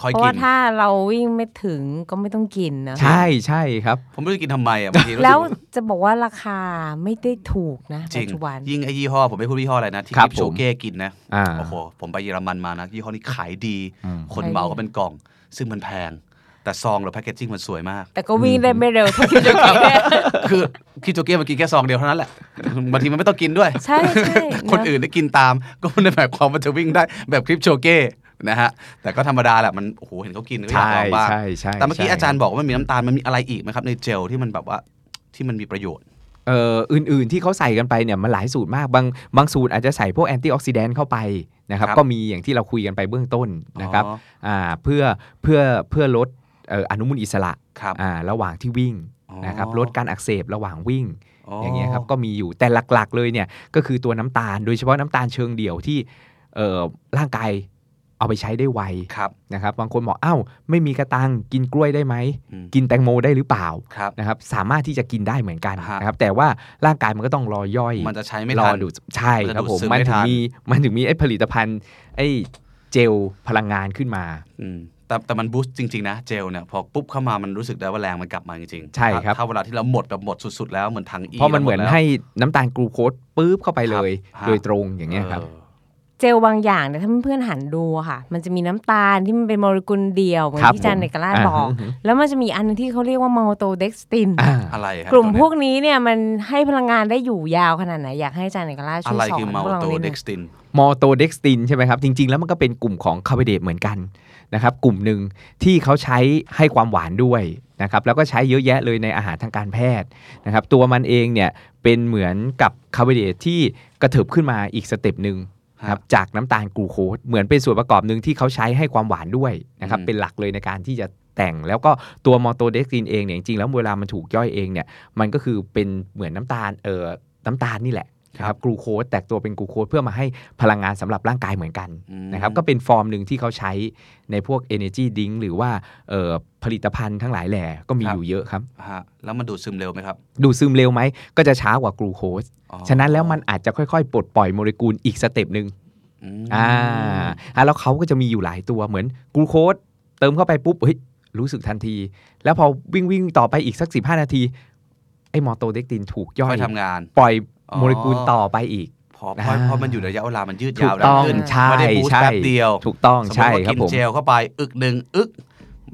[SPEAKER 2] คอย
[SPEAKER 3] เพราะ
[SPEAKER 2] กิ
[SPEAKER 3] ว่าน ถ้าเราวิ่งไม่ถึงก็ไม่ต้องกินนะ
[SPEAKER 4] ใช่ใช่ครับ
[SPEAKER 2] ผมไม่รู้จะกินทำไมอ่ะบางทีรู้สึก
[SPEAKER 3] แล้ว
[SPEAKER 2] ว่า
[SPEAKER 3] จะบอกว่าราคาไม่ได้ถูกนะ
[SPEAKER 2] จริง
[SPEAKER 3] ปัจจุบัน
[SPEAKER 2] ยิ่งไอ้ยี่ห้อ ผมไม่พูดยี่ห้ออะไรนะ ที่
[SPEAKER 4] ครับ
[SPEAKER 2] กิฟโชเก้กินนะ
[SPEAKER 4] อ่า
[SPEAKER 2] โอ้โห ผมไปเยอรมันมานะ ยี่ห้อนี้ขายดี
[SPEAKER 4] อืม
[SPEAKER 2] คน
[SPEAKER 3] ขายดี
[SPEAKER 2] เหมาก็เป็นกล่อง ซึ่งมันแพง แต่ซองหรือแพคเกจจิ้งมันสวยมาก
[SPEAKER 3] แต่ก็วิ่งได้ไม่เร็วเท่าที่จะกิน
[SPEAKER 2] คือคิดโจเก้มันกินแค่ซองเดียวเท่านั้นแหละ บางทีมันไม่ต้องกินด้วย
[SPEAKER 3] ใช่ใช่
[SPEAKER 2] คน
[SPEAKER 3] เะ
[SPEAKER 2] อื่นได้กินตาม ก็ไม่ได้หมายความว่าจะวิ่งได้แบบคลิปโชเก้ นะฮะแต่ก็ธรรมดาแหละมันโอ้โหเห็นเขากินก็อยาก
[SPEAKER 4] ใช่
[SPEAKER 2] ลองบ้าง
[SPEAKER 4] ใช่ใช่
[SPEAKER 2] แต่เมื่อกี้
[SPEAKER 4] ใช่
[SPEAKER 2] อาจารย์บอกว่ามันมีน้ำตาลมันมีอะไรอีกไหมครับในเจลที่มันแบบว่าที่มันมีประโยชน์
[SPEAKER 4] เอ่ออื่นๆที่เขาใส่กันไปเนี่ยมันหลายสูตรมากบางบางสูตรอาจจะใส่พวกแอนตี้ออกซิแดนต์เข้าไปนะครับ
[SPEAKER 2] ครับ
[SPEAKER 4] ก็มีอย่างที่เราคุยกันไปเบื้องต้นนะครับ
[SPEAKER 2] อ๋อ
[SPEAKER 4] อ่าเพื่อเพื่อเพื่อลดเอ่ออนุมูลอิสระ
[SPEAKER 2] ครับ
[SPEAKER 4] อ่าระหว่างที่วิ่ง
[SPEAKER 2] อ๋อ
[SPEAKER 4] นะครับลดการอักเสบระหว่างวิ่ง อย่างเงี้ยครับก็มีอยู่แต่หลักๆเลยเนี่ยก็คือตัวน้ำตาล โดยเฉพาะน้ำตาลเชิงเดี่ยวที่เอ่อร่างกายเอาไปใช้ได้ไว
[SPEAKER 2] ครับ
[SPEAKER 4] นะครับบางคนบอกอ้าวไม่มีกระตังกินกล้วยได้ไหม
[SPEAKER 2] อืม
[SPEAKER 4] กินแตงโมได้หรือเปล่า
[SPEAKER 2] ครับ
[SPEAKER 4] นะครับสามารถที่จะกินได้เหมือนกัน
[SPEAKER 2] ฮะ
[SPEAKER 4] นะครับแต่ว่าร่างกายมันก็ต้องรอย่อย
[SPEAKER 2] มันจะใช้ไม่
[SPEAKER 4] รอ
[SPEAKER 2] ทัน
[SPEAKER 4] ดูดใช่
[SPEAKER 2] มันจะ
[SPEAKER 4] ครับผม
[SPEAKER 2] ดูดซึม
[SPEAKER 4] มันถึ
[SPEAKER 2] ไม่ทั
[SPEAKER 4] ง
[SPEAKER 2] น
[SPEAKER 4] มีมันถึงมีไอ้ผลิตภัณฑ์ไอ้เจลพลังงานขึ้นมา
[SPEAKER 2] อืมแต่แต่มันบูสต์จริง ๆ นะเจลเนี่ยพอปุ๊บเข้ามามันรู้สึกได้ว่าแรงมันกลับมาจริงๆ
[SPEAKER 4] ใช่ครับ
[SPEAKER 2] ถ้าเวลาที่เราหมดแบบหมดสุดๆแล้วเหมือนทางอี
[SPEAKER 4] เพราะมันเหมือน
[SPEAKER 2] แล้ว
[SPEAKER 4] ให้น้ำตาลกลูโคสปื๊บเข้าไปเลย
[SPEAKER 2] ครับฮะ
[SPEAKER 4] โดยตรงอย่างเงี้ยครับ
[SPEAKER 2] ออ
[SPEAKER 3] เจลบางอย่างเนี่ยถ้าเพื่อนๆหันดูอะค่ะ มันจะมีน้ำตาลที่มันเป็นโมเลกุลเดียวเหมือน
[SPEAKER 4] ครับ
[SPEAKER 3] ที่อาจารย์
[SPEAKER 4] ผม
[SPEAKER 3] เนกราช
[SPEAKER 4] อ่า
[SPEAKER 3] บอก
[SPEAKER 4] ฮะ
[SPEAKER 3] แล้วมันจะมีอันนึงที่เขาเรียกว่ามาโตเด็กสติน
[SPEAKER 4] อ่า
[SPEAKER 2] อะไรครับ
[SPEAKER 3] กลุ่มพวก
[SPEAKER 2] ตั
[SPEAKER 3] นี้เนี่ยมันให้พลังงานได้อยู่ยาวขนาดไหน อยากให้อาจารย์เอกราช
[SPEAKER 2] เย
[SPEAKER 3] ช่
[SPEAKER 2] อะ
[SPEAKER 3] วย
[SPEAKER 2] ไร
[SPEAKER 3] สอน
[SPEAKER 2] คือ
[SPEAKER 3] พ
[SPEAKER 2] มา
[SPEAKER 3] เรา
[SPEAKER 2] โต
[SPEAKER 3] นิด
[SPEAKER 2] เด็
[SPEAKER 3] นึง
[SPEAKER 2] กสติน
[SPEAKER 4] มอโตเด็กสตินใช่ไหมครับ จริง ๆ แล้วมันก็เป็นกลุ่มของคาร์โบไฮเดรตเหมือนกันนะครับกลุ่มหนึ่งที่เขาใช้ให้ความหวานด้วยนะครับแล้วก็ใช้เยอะแยะเลยในอาหารทางการแพทย์นะครับตัวมันเองเนี่ยเป็นเหมือนกับคาร์โบไฮเดรตที่กระเถิบขึ้นมาอีกสเต็ปหนึ่งนะครับจากน้ำตาลกลูโคสเหมือนเป็นส่วนประกอบหนึ่งที่เขาใช้ให้ความหวานด้วยนะครับ
[SPEAKER 2] อืม
[SPEAKER 4] เป็นหลักเลยในการที่จะแต่ง แล้วก็ตัวมอโตเด็กสตินเองเนี่ยจริงๆแล้วเวลามันถูกย่อยเองเนี่ยมันก็คือเป็นเหมือนน้ำตาลเอ่อน้ำตาลนี่แหละ นะครับกลูโคสแตกตัวเป็นกลูโคสเพื่อมาให้พลังงานสำหรับร่างกายเหมือนกัน
[SPEAKER 2] อืม
[SPEAKER 4] นะครับก็เป็นฟอร์มหนึ่งที่เขาใช้ในพวก Energy Drink หรือว่าเอ่อผลิตภัณฑ์ทั้งหลายแหล่ก็มี
[SPEAKER 2] ครับ
[SPEAKER 4] อยู่เยอะครับ
[SPEAKER 2] ฮะแล้วมันดูดซึมเร็วไหมครับ
[SPEAKER 4] ดูดซึมเร็วไหม ก็จะช้ากว่ากลูโคส
[SPEAKER 2] อ๋อ
[SPEAKER 4] ฉะนั้นแล้วมันอาจจะค่อยๆ ปลดปล่อยโมเลกุลอีกสเต็ปหนึ่ง
[SPEAKER 2] อืม
[SPEAKER 4] อ่าอ่ะแล้วเขาก็จะมีอยู่หลายตัวเหมือนกลูโคสเติมเข้าไปปุ๊บเฮ้ยรู้สึกทันที แล้วพอวิ่งวิ่งๆต่อไปอีกสัก 15 นาทีไอ้มอโตเด็กตินถูกย่อ
[SPEAKER 2] ค่
[SPEAKER 4] ย
[SPEAKER 2] อยทำงาน
[SPEAKER 4] ปล่อย
[SPEAKER 2] อ๋อ
[SPEAKER 4] โมเลกุลต่อไปอีก
[SPEAKER 2] พอพอ
[SPEAKER 4] อ่า
[SPEAKER 2] พอมันอยู่ในระยะเวลามันยืด
[SPEAKER 4] ถู
[SPEAKER 2] ยาว
[SPEAKER 4] กต้อง
[SPEAKER 2] ขึ้น
[SPEAKER 4] ใช่
[SPEAKER 2] ไม่ได้บูสต์
[SPEAKER 4] ใช่
[SPEAKER 2] แป๊บเดียว
[SPEAKER 4] ถูกต้อง
[SPEAKER 2] สมม
[SPEAKER 4] ใช่
[SPEAKER 2] ติว่า
[SPEAKER 4] ครับ
[SPEAKER 2] กิน
[SPEAKER 4] ผม
[SPEAKER 2] เจลเข้าไปอึกหนึ่งอึก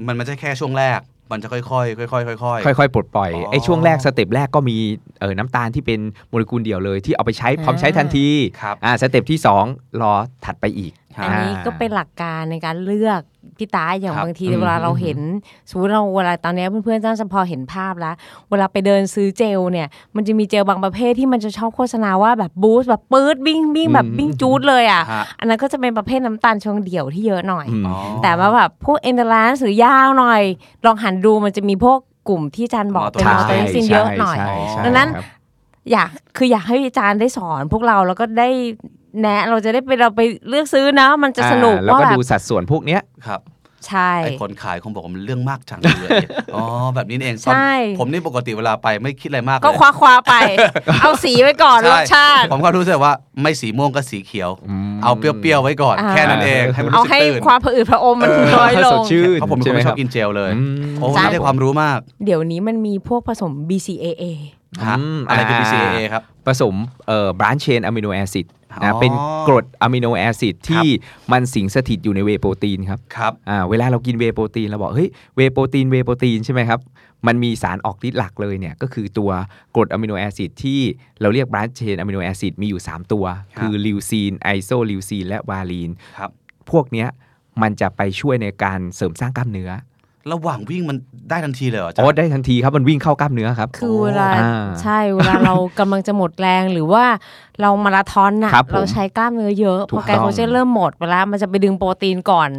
[SPEAKER 2] มันไม่ใช่แค่ช่วงแรก มันจะค่อยๆค่อยๆค่อย
[SPEAKER 4] ค่อยๆ ปลดปล่อย
[SPEAKER 2] อ๋อ
[SPEAKER 4] ไอ้ช่วงแรกสเต็ปแรกก็มีเอ่อน้ำตาลที่เป็นโมเลกุลเดียวเลย ที่เอาไปใช้พร้อมใช้ทันที
[SPEAKER 2] ครับ
[SPEAKER 4] อ่าสเต็ปที่ 2 รอถัดไปอีก
[SPEAKER 2] ครับ
[SPEAKER 3] อันนี้ก็เป็นหลักการในการเลือกพี่ตาอย่าง
[SPEAKER 2] ครับ
[SPEAKER 3] บางที
[SPEAKER 4] อืม
[SPEAKER 3] เวลาเราเห็นสมมติเราเวลาตอนเนี้ยเพื่อนๆจ้าจะพอเห็นภาพแล้ว เวลาไปเดินซื้อเจลเนี่ย มันจะมีเจลบางประเภทที่มันจะชอบโฆษณาว่าแบบบูสต์แบบปื๊ดบิ้งบิ้งแบบ
[SPEAKER 4] อืม
[SPEAKER 3] บิ้งจูดเลยอ่ะ
[SPEAKER 2] ๆฮะ
[SPEAKER 3] อันนั้นก็จะเป็นประเภทน้ำตาลเชงเดี่ยวที่เยอะหน่อย
[SPEAKER 4] อืม
[SPEAKER 2] อ๋อ
[SPEAKER 3] แต่ว่าแบบพวกเอนเตอร์ลานหรือยาวหน่อย ลองหันดูมันจะมีพวกกลุ่มที่อาจารย์บอกเป็น
[SPEAKER 2] ใช่
[SPEAKER 3] มอเตอร์ซินเยอะหน่อย
[SPEAKER 4] ใช่ใช่
[SPEAKER 3] ดังนั้น
[SPEAKER 4] ครับ
[SPEAKER 3] อยากคืออยากให้อาจารย์ได้สอน พวกเราแล้วก็ได้แนะเราจะได้ไปเราไปเลือกซื้อนะ มันจะสนุก
[SPEAKER 4] อ่าแล้ว
[SPEAKER 3] ว่า
[SPEAKER 4] ก็
[SPEAKER 3] แบ
[SPEAKER 4] ดู
[SPEAKER 3] บ
[SPEAKER 4] สัดส่วนพวกเนี้ย
[SPEAKER 2] ครับ
[SPEAKER 3] ใช่
[SPEAKER 2] ไอคนขายคงบอกว่ามันเรื่องมากจังเลย อ๋อ แบบนี้นี่เองตอน
[SPEAKER 3] ใช่
[SPEAKER 2] ผมนี่ปกติเวลาไปไม่คิดอะไรมากเลย
[SPEAKER 3] ก็คว้าคว้า ๆไป เอาสีไว้ก่อนร
[SPEAKER 2] ใ
[SPEAKER 3] สชาติ
[SPEAKER 2] ผมก็รู้สึกว่าไม่สีม่วงก็สีเขียว
[SPEAKER 4] อืม
[SPEAKER 2] เอาเปรี้ยวๆไว้ก่อน
[SPEAKER 3] อ่า
[SPEAKER 2] แค่นั้นเองให้มัน
[SPEAKER 3] เอา
[SPEAKER 2] รู้สึก
[SPEAKER 3] ให้
[SPEAKER 2] ตื่น
[SPEAKER 3] ความผะอืดผะอมมันน้อยล
[SPEAKER 4] สด
[SPEAKER 3] ง
[SPEAKER 4] ชื่น
[SPEAKER 2] เพราะผมเป็นคนไม่ชอบกินเจลเลย
[SPEAKER 4] อืม
[SPEAKER 2] โอ้วันนี้ได้ความรู้มาก
[SPEAKER 3] เดี๋ยวนี้มันมีพวกผสม BCAA
[SPEAKER 4] อืม
[SPEAKER 2] อะไรคือ
[SPEAKER 4] า
[SPEAKER 2] BCAA ครับ
[SPEAKER 4] ผสมเอ่อบรานเชนอะมิโนแอซิด
[SPEAKER 2] อ๋
[SPEAKER 4] นะ
[SPEAKER 2] อ
[SPEAKER 4] เป็นกรดอะมิโนแอซิด
[SPEAKER 2] ครั
[SPEAKER 4] ที่
[SPEAKER 2] บ
[SPEAKER 4] มันสิงสถิตอยู่ในเวย์โปรตีนครับ
[SPEAKER 2] ครับ
[SPEAKER 4] อ่าเวลาเรากินเวย์โปรตีนเราบอกเฮ้ยเวย์โปรตีนเวย์โปรตีนใช่ไหมครับ มันมีสารออกฤทธิ์หลักเลยเนี่ยก็คือตัวกรดอะมิโนแอซิดที่เราเรียกบรันเชนอะมิโนแอซิดมีอยู่ 3 ตัว
[SPEAKER 2] ครับ
[SPEAKER 4] คือลิวซีนไอโซลิวซีนและวาลีน
[SPEAKER 2] ครับ
[SPEAKER 4] พวกเนี้ยมันจะไปช่วยในการเสริมสร้างกล้ามเนื้อ
[SPEAKER 2] ระหว่างวิ่งมันได้ทันทีเลยเหรอ
[SPEAKER 4] อ๋
[SPEAKER 2] จ๊ะ
[SPEAKER 4] อได้ทันทีครับมันวิ่งเข้ากล้ามเนื้อครับ
[SPEAKER 3] คือเวลา
[SPEAKER 4] อ่า
[SPEAKER 3] ใช่เวลาเรากำลังจะหมดแรงหรือว่าเรามาราธอนน่ะ
[SPEAKER 4] ครับผม
[SPEAKER 3] เราใช้กล้ามเนื้อเยอะ
[SPEAKER 4] ถู
[SPEAKER 3] พ
[SPEAKER 4] ก
[SPEAKER 3] อไก
[SPEAKER 4] ต้อง
[SPEAKER 3] ลโคเจนเริ่มหมดไปแล้วมันจะไปดึงโปรตีนก่อน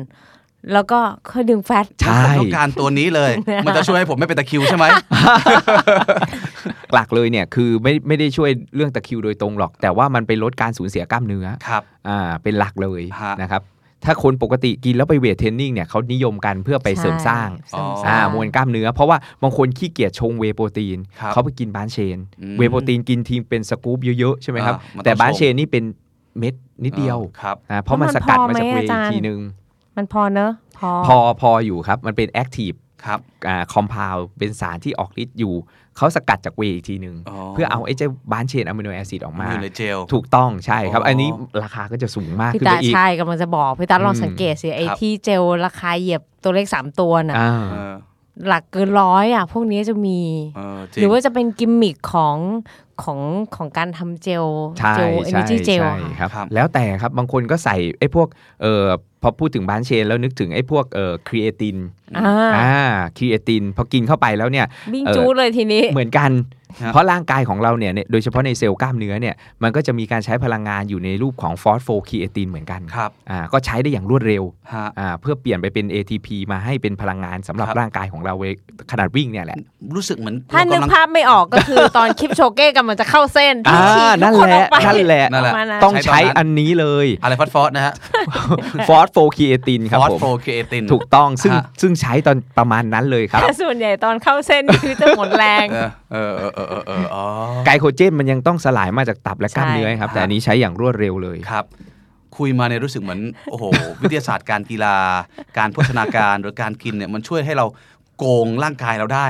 [SPEAKER 3] แล้วก็ค่อยดึงแฟต
[SPEAKER 4] ใช่
[SPEAKER 2] ผมต้องการตัวนี้เลย มันจะช่วยให้ผมไม่เป็นตะคริวใช่ไหม
[SPEAKER 4] หลักเลยเนี่ยคือไม่ไม่ได้ช่วยเรื่องตะคริวโดยตรงหรอก แต่ว่ามันไปลดการสูญเสียกล้ามเนื้อ
[SPEAKER 2] ครับ
[SPEAKER 4] อ่าเป็นหลักเลย
[SPEAKER 2] ฮะ
[SPEAKER 4] นะครับ ถ้าคนปกติกินแล้วไปเวทเทรนนิ่งเนี่ยเขานิยมกันเพื่อไปเสริมสร้าง
[SPEAKER 3] ใช่เสริมสร้า
[SPEAKER 4] อ่าง มวลกล้ามเนื้อ เพราะว่าบางคนขี้เกียจชงเวย์โปรตีน
[SPEAKER 2] ครับ
[SPEAKER 4] เขาไปกินบานเชน
[SPEAKER 2] อืม
[SPEAKER 4] เวย์โปรตีนกินทีเป็นสกู๊ปเยอะๆ ใช่ไหมครับ
[SPEAKER 2] อ่ามันต้อง
[SPEAKER 4] แต่บานเชนนี่เป็นเม็ดนิดเดียว
[SPEAKER 2] ครับ
[SPEAKER 4] อ่าเพราะมันสกัดมาจากเว
[SPEAKER 3] แล้วมันพอไห
[SPEAKER 4] ย์
[SPEAKER 3] มอาจารย์
[SPEAKER 4] ทีนึง
[SPEAKER 3] มันพอเนอะพอ
[SPEAKER 4] พอพออยู่ครับ มันเป็นแอคทีฟ
[SPEAKER 2] ครับ
[SPEAKER 4] คอมเพลเป็นสารที่ออกฤทธิ์อยู่ เขาสกัดจากเวย์อีกทีนึง
[SPEAKER 2] อ๋อ
[SPEAKER 4] เพื่อเอาไอ้เจ้าบานเชนอะมิโนแอซิดออก
[SPEAKER 2] มัน
[SPEAKER 4] มา
[SPEAKER 2] อยู่ในเจล
[SPEAKER 4] ถูกต้องใช่ครับ
[SPEAKER 2] อ๋ออั
[SPEAKER 4] อันนี้ราคาก็จะสูงมาก
[SPEAKER 3] พี่
[SPEAKER 4] ขึ้น
[SPEAKER 3] ตา
[SPEAKER 4] ไปอีก
[SPEAKER 3] ใช่กำลังจะบอกพี่ตาลอง
[SPEAKER 4] อืม
[SPEAKER 3] สังเกตสิไอ้
[SPEAKER 2] ครับ
[SPEAKER 3] ที่เจลราคาเหยียบตัวเลขสามตัวน่ะ
[SPEAKER 4] อ่า
[SPEAKER 2] เออ
[SPEAKER 3] หลักเกินร้อยอ่ะ พวกนี้จะมี
[SPEAKER 2] เออจ
[SPEAKER 3] หรือว่า
[SPEAKER 2] ริง
[SPEAKER 3] จะเป็นกิมมิคของ ของของการทำเจล
[SPEAKER 4] ใช่
[SPEAKER 3] เจลเอเน
[SPEAKER 4] ใช่
[SPEAKER 3] จีเจล
[SPEAKER 4] ใช่ค
[SPEAKER 3] ค่ะ
[SPEAKER 4] รับ
[SPEAKER 2] ครับ
[SPEAKER 4] แล้วแต่ครับบางคนก็ใส่ไอ้พวกเอ่อพอพูดถึงบานเชนแล้วนึกถึงไอ้พวกเอ่อครีเอติน
[SPEAKER 3] อ่า
[SPEAKER 4] อ่าครีเอตินพอกินเข้าไปแล้วเนี่ย
[SPEAKER 3] วิ่ง
[SPEAKER 4] เอ่อ
[SPEAKER 3] จูดเลยทีนี้
[SPEAKER 4] เหมือนกัน
[SPEAKER 2] ครับ
[SPEAKER 4] เพราะร่างกายของเราเนี่ยเนี่ยโดยเฉพาะในเซลล์กล้ามเนื้อเนี่ยมันก็จะมีการใช้พลังงานอยู่ในรูปของฟอสโฟครีเอตินเหมือนกัน
[SPEAKER 2] ครับ
[SPEAKER 4] อ่าก็ใช้ได้อย่างรวดเร็ว
[SPEAKER 2] ฮะ
[SPEAKER 4] อ่าเพื่อเปลี่ยนไปเป็น ATP มาให้เป็นพลังงานสำหรับ
[SPEAKER 2] ครับ
[SPEAKER 4] ร่างกายของเราเว้ยขนาดวิ่งเนี่ยแหละ
[SPEAKER 2] รู้สึกเหมือน
[SPEAKER 3] ถ้านึก
[SPEAKER 2] ลัง
[SPEAKER 3] ภาพไม่ออกก็คือ ตอนคลิปโชเก้กำลังจะเข้าเส้นที่
[SPEAKER 4] อ่า
[SPEAKER 3] ฉีกทุ
[SPEAKER 4] นั่
[SPEAKER 3] ก
[SPEAKER 4] น
[SPEAKER 3] ค
[SPEAKER 4] แห
[SPEAKER 3] นออ
[SPEAKER 4] ละ
[SPEAKER 3] กไป
[SPEAKER 4] นั่นแหละ
[SPEAKER 2] นั่นแหละ
[SPEAKER 3] ประมาณนั้น
[SPEAKER 4] ต้อง
[SPEAKER 2] ใช้
[SPEAKER 4] ใช้
[SPEAKER 2] ตอนนั้น
[SPEAKER 4] อันนี้ เลย
[SPEAKER 2] อะไรฟอสฟอสนะฮะ
[SPEAKER 4] ฟอสโฟครีเอตินครับ
[SPEAKER 2] ฟอส
[SPEAKER 4] ผม
[SPEAKER 2] โฟครีเอติน
[SPEAKER 4] ถูกต้องซึ่ง
[SPEAKER 2] ฮะ
[SPEAKER 4] ซึ่งใช้ตอนประมาณนั้นเลยครับ
[SPEAKER 3] แต่ส่วนใหญ่ตอนเข้าเส้นคือจะหมดแรง
[SPEAKER 2] เออเออเออเออเออเอออ๋อ
[SPEAKER 4] ไกลโคเจนมันยังต้องสลายมาจากตับและกล้ามเนื้อครับ
[SPEAKER 2] ใช่
[SPEAKER 4] แต่อันนี้ใช้อย่างรวดเร็วเลย
[SPEAKER 2] ครับ คุยมาเนี่ยรู้สึกเหมือน โอ้โห วิทยาศาสตร์การกีฬา การโภชนาการหรือการกินเนี่ยมันช่วยให้เราโกงร่างกายเราได้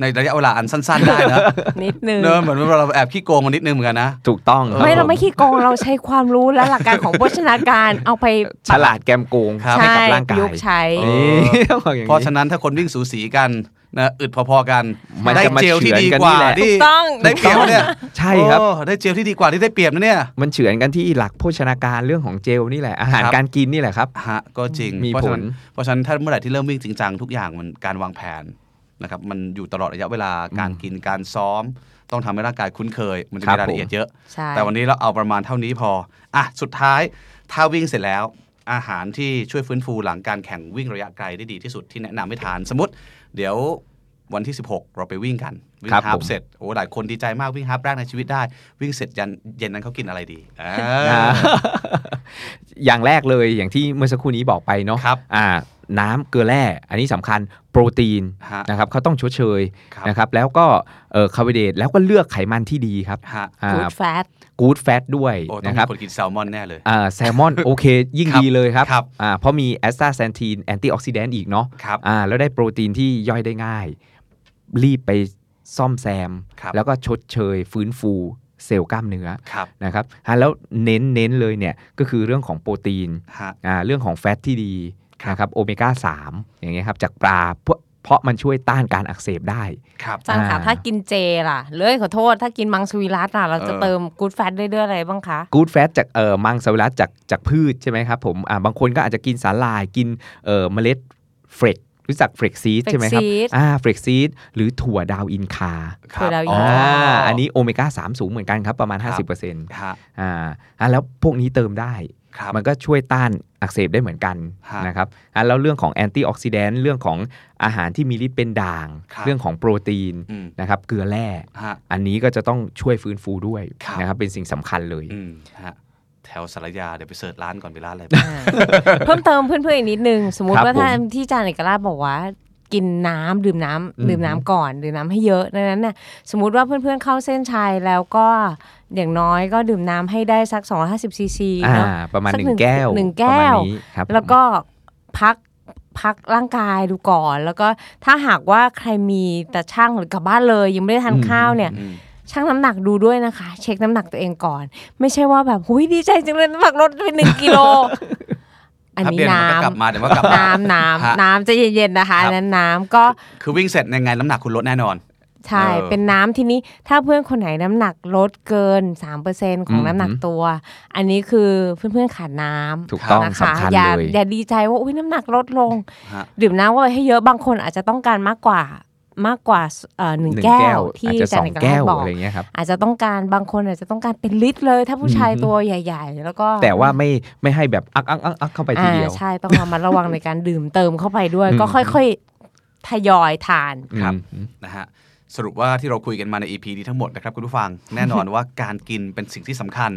[SPEAKER 2] ในระยะเวลาอันสั้น ๆ ได้นะ
[SPEAKER 3] นิดนึง
[SPEAKER 2] เนอะเหมือนเราแอบขี้โกงกันนิดนึงเหมือนกันนะ
[SPEAKER 4] ถูกต้อง
[SPEAKER 3] ไม่เรา
[SPEAKER 4] ผ
[SPEAKER 3] ไม่ขี้โกงเราใช้ความรู้และหลักการของโภชนาการเอาไป
[SPEAKER 4] ฉลาดแกมโกง
[SPEAKER 2] ครับ
[SPEAKER 4] ให้
[SPEAKER 3] ใช่
[SPEAKER 4] กับร่าง
[SPEAKER 3] ป
[SPEAKER 4] กา
[SPEAKER 3] ระยุ
[SPEAKER 4] ย
[SPEAKER 3] กต์ใช้
[SPEAKER 2] เออ
[SPEAKER 4] นี่ต้องบอกอย่าง
[SPEAKER 2] เพราะฉะ
[SPEAKER 4] นี้
[SPEAKER 2] นั้นถ้าคนวิ่งสูสีกันนะอึดพอๆกัน
[SPEAKER 4] มัน
[SPEAKER 2] ได้
[SPEAKER 4] จะมา
[SPEAKER 2] เจลที่
[SPEAKER 4] เฉือน
[SPEAKER 2] ดี
[SPEAKER 4] กัน
[SPEAKER 2] กว่า
[SPEAKER 4] แหละ
[SPEAKER 2] ที่
[SPEAKER 3] ต้อง
[SPEAKER 2] ได้เปรียบเนี่ย
[SPEAKER 4] ใช่ครับ
[SPEAKER 2] โอ้ได้เจลที่ดีกว่าที่ได้เปรียบนะเนี่ย
[SPEAKER 4] มันเฉือนกันที่หลักโภชนาการเรื่องของเจลนี่แหละอาหาร
[SPEAKER 2] ครับ
[SPEAKER 4] การกินนี่แหละครับ
[SPEAKER 2] ฮะก็จริง
[SPEAKER 4] มี
[SPEAKER 2] เพราะ
[SPEAKER 4] ผ
[SPEAKER 2] ฉะ
[SPEAKER 4] ล
[SPEAKER 2] นั้นเพราะฉะนั้นถ้าเมื่อไหร่ที่เริ่มวิ่งจริงจังทุกอย่างมันการวางแผนนะครับมันอยู่ตลอดระยะเวลาการกินการซ้อม ต้องทำให้ร่างกายคุ้นเคย มันจะ
[SPEAKER 4] ครั
[SPEAKER 2] มี
[SPEAKER 4] บ
[SPEAKER 2] รายละเอียดเยอะ
[SPEAKER 3] ใช่
[SPEAKER 2] แต่วันนี้เราเอาประมาณเท่านี้พออ่ะสุดท้ายถ้าวิ่งเสร็จแล้ว อาหารที่ช่วยฟื้นฟูหลังการแข่งวิ่งระยะไกลได้ดีที่สุดที่แนะนำให้ทานสมมติ เดี๋ยววันที่ 16 เราไปวิ่งกัน วิ่ง
[SPEAKER 4] ครับ
[SPEAKER 2] ฮา
[SPEAKER 4] ผ
[SPEAKER 2] ฟ
[SPEAKER 4] ม
[SPEAKER 2] เสร็จโอ้หลายคนดีใจมากวิ่งฮาฟแรกในชีวิตได้ วิ่งเสร็จยันเย็นนั้นเขากินอะไรดีอ่า
[SPEAKER 4] อ่า อย่างแรกเลยอย่างที่เมื่อสักครู่นี้บอกไปเนาะ
[SPEAKER 2] ครับ
[SPEAKER 4] อ่าน้ำเกลือแร่ อันนี้สำคัญโปรตีน
[SPEAKER 2] ฮะ
[SPEAKER 4] นะครับเขาต้องชดเชย
[SPEAKER 2] ครับ
[SPEAKER 4] นะครับแล้วก็เอ่อคาร์โบไฮเดรตแล้วก็เลือกไขมันที่ดีครับ
[SPEAKER 2] ฮะ
[SPEAKER 4] อ่า
[SPEAKER 3] กูดแฟต
[SPEAKER 4] กู๊ดแฟตด้วย
[SPEAKER 2] โอ้ต้อง
[SPEAKER 4] นะค
[SPEAKER 2] มี
[SPEAKER 4] รับ
[SPEAKER 2] คนกินแซลมอนแน่เลย
[SPEAKER 4] อ่าแซลมอน โอเค ยิ่ง
[SPEAKER 2] ครับ
[SPEAKER 4] ดีเลยครับ
[SPEAKER 2] ครับ
[SPEAKER 4] อ่าเพราะมีแอสตาแซนทีนแอนตี้ออกซิแดนต์อีกเนาะ
[SPEAKER 2] ครับ
[SPEAKER 4] อ่าแล้วได้โปรตีนที่ย่อยได้ง่าย รีบไปซ่อมแซม
[SPEAKER 2] ครับ
[SPEAKER 4] แล้วก็ชดเชย ฟื้นฟูเซลล์กล้ามเนื้อ
[SPEAKER 2] ครับ
[SPEAKER 4] นะครับอ่าแล้วเน้นเน้นเลยเนี่ย ก็คือเรื่องของโปรตีน
[SPEAKER 2] ฮะ
[SPEAKER 4] อ่าเรื่องของแฟตที่ดี
[SPEAKER 2] ครับ
[SPEAKER 4] นะครับโอเมก้า 3 อย่างเงี้ยครับ จากปลาเพราะเพราะมันช่วยต้านการอักเสบได้
[SPEAKER 2] ครับ
[SPEAKER 3] จังค่ะ
[SPEAKER 4] อ่า
[SPEAKER 3] ถ้ากินเจล่ะ เลยขอโทษ ถ้ากินมังสวิรัตล่ะ เราจะเติมกูดแฟตเรื่อยๆอะไรบ้างคะ
[SPEAKER 4] กู๊ดแฟตจากเอ่อมังสวิรัตจากจากพืชใช่ไหมครับผมอ่าบางคนก็อาจจะกินสาหร่ายกินเอ่อเมล็ดเฟรกรู้จักเฟรกซีด
[SPEAKER 3] flax
[SPEAKER 4] ใช่ไหมครับ
[SPEAKER 3] seed
[SPEAKER 4] อ่าเฟรกซีดหรือถั่วดาวอินคา
[SPEAKER 2] ครั
[SPEAKER 3] คือเรา
[SPEAKER 2] บ
[SPEAKER 3] อยู่
[SPEAKER 2] อ๋อ
[SPEAKER 4] อ่า
[SPEAKER 2] อั
[SPEAKER 4] อัน
[SPEAKER 2] นนี้
[SPEAKER 4] นี้โอเมก้า 3 สูงเหมือนกันครับ ประมาณ
[SPEAKER 2] ครับ
[SPEAKER 4] 50%อ
[SPEAKER 2] ฮะ
[SPEAKER 4] ่าอ่าแล้วพวกนี้เติมได้
[SPEAKER 2] ครับ
[SPEAKER 4] มันก็ช่วยต้านอักเสบได้เหมือนกัน
[SPEAKER 2] ฮะ
[SPEAKER 4] นะครับอ่ะแล้วเรื่องของแอนตี้ออกซิแดนต์เรื่องของอาหารที่มีฤทธิ์เป็นด่าง
[SPEAKER 2] ครับ
[SPEAKER 4] เรื่องของโปรตีน
[SPEAKER 2] อืม
[SPEAKER 4] นะครับเกลือแร่
[SPEAKER 2] ฮะ
[SPEAKER 4] อันนี้ก็จะต้องช่วยฟื้นฟูด้วย
[SPEAKER 2] ครับ
[SPEAKER 4] นะครับเป็นสิ่งสำคัญเลย
[SPEAKER 2] อืมฮะแถวสารยาเดี๋ยวไปเสิร์ชร้านก่อนไปร้านอะไร
[SPEAKER 3] อ่าเพิ่มเติมเพื่อนๆอีกนิดนึง สมมุติ
[SPEAKER 4] ครับ
[SPEAKER 3] ว่าถ้า
[SPEAKER 4] ผม
[SPEAKER 3] ที่อาจารย์เอกราชบอกว่า กินน้ำดื่มน้ำ
[SPEAKER 4] อืม
[SPEAKER 3] ดื่มน้ำก่อนดื่มน้ำให้เยอะดังนั้นน่ะสมมุติว่าเพื่อนๆเข้าเส้นชัยแล้วก็อย่างน้อยก็ดื่มน้ำให้ได้สัก 250ซีซี
[SPEAKER 4] อ่า
[SPEAKER 3] เนาะ
[SPEAKER 4] ประมาณ
[SPEAKER 3] สัก
[SPEAKER 4] ห
[SPEAKER 3] ห
[SPEAKER 4] นึ่
[SPEAKER 3] นึ่
[SPEAKER 4] ง
[SPEAKER 3] ง
[SPEAKER 4] แก้ว
[SPEAKER 3] หนึ่งแก้ว
[SPEAKER 4] ประมาณนี้ครับ
[SPEAKER 3] แล้วก็พักพักร่างกายดูก่อน แล้วก็ถ้าหากว่าใครมีแต่ช่างหรือกลับบ้านเลยยังไม่ได้ทานข้าวเนี่ย
[SPEAKER 2] อืม
[SPEAKER 3] ชั่งน้ำหนักดูด้วยนะคะ เช็คน้ำหนักตัวเองก่อน ไม่ใช่ว่าแบบหุยดีใจจังเลยน้ำหนักลดไปหนึ่งกิโล อัน
[SPEAKER 2] ถ้า
[SPEAKER 3] นี้
[SPEAKER 2] เปลี่ยนมันก็
[SPEAKER 3] น้ำ
[SPEAKER 2] กลับมาเดี๋ยวมันก็กลับมา
[SPEAKER 3] น้ำน้
[SPEAKER 2] ฮะ
[SPEAKER 3] ำน้ำใจะเย็นๆนะคะ
[SPEAKER 2] ครับ
[SPEAKER 3] อันนั้นน้ำก็
[SPEAKER 2] คือวิ่งเสร็จยังไงน้ำหนักคุณลดแน่นอน
[SPEAKER 3] ใช่
[SPEAKER 2] เออ
[SPEAKER 3] เป็นน้ำทีนี้ถ้าเพื่อนคนไหนน้ำหนักลดเกิน 3%ของน้ำหนักตัว อันนี้คือเพื่อนๆขาดน้ำ
[SPEAKER 4] ถูกต้อง
[SPEAKER 3] นะคะ
[SPEAKER 4] สำคัญ
[SPEAKER 3] อย่า
[SPEAKER 4] เลย
[SPEAKER 3] อย่าดีใจว่าอุ้ยน้ำหนักลดลง
[SPEAKER 2] ฮะ
[SPEAKER 3] ดื่มน้ำไว้ให้เยอะบางคนอาจจะต้องการมากกว่ามากกว่าเอ่อหนึ่ง
[SPEAKER 4] หนึ่ง
[SPEAKER 3] แก้
[SPEAKER 4] แก้
[SPEAKER 3] ว
[SPEAKER 4] ว
[SPEAKER 3] ที่
[SPEAKER 4] อาจจะส
[SPEAKER 3] อาจาร
[SPEAKER 4] อง
[SPEAKER 3] ย์เอก
[SPEAKER 4] แก้
[SPEAKER 3] ลั
[SPEAKER 4] ว
[SPEAKER 3] กษณ์บอก
[SPEAKER 4] อะไรอย่างเงี้ยครับ
[SPEAKER 3] อาจจะต้องการบางคนอาจจะต้องการเป็นลิตรเลย ถ้าผู้ชาย
[SPEAKER 4] อืม
[SPEAKER 3] ตัวใหญ่ ๆ แล้วก็
[SPEAKER 4] แต่ว่าไม่ไม่ให้แบบอักอักอักอักเข้าไปทีเดียว
[SPEAKER 3] อ่าใช่ต้องระมัดระวังในการดื่มเติมเข้าไปด้วย
[SPEAKER 4] อืม
[SPEAKER 3] ก็ค่อยๆทยอยทาน
[SPEAKER 2] ครับ
[SPEAKER 4] อืม
[SPEAKER 2] นะฮะสรุปว่าที่เราคุยกันมาใน EP นี้ทั้งหมดนะครับคุณผู้ฟั ง แน่นอนว่าการกินเป็นสิ่งที่สำคัญ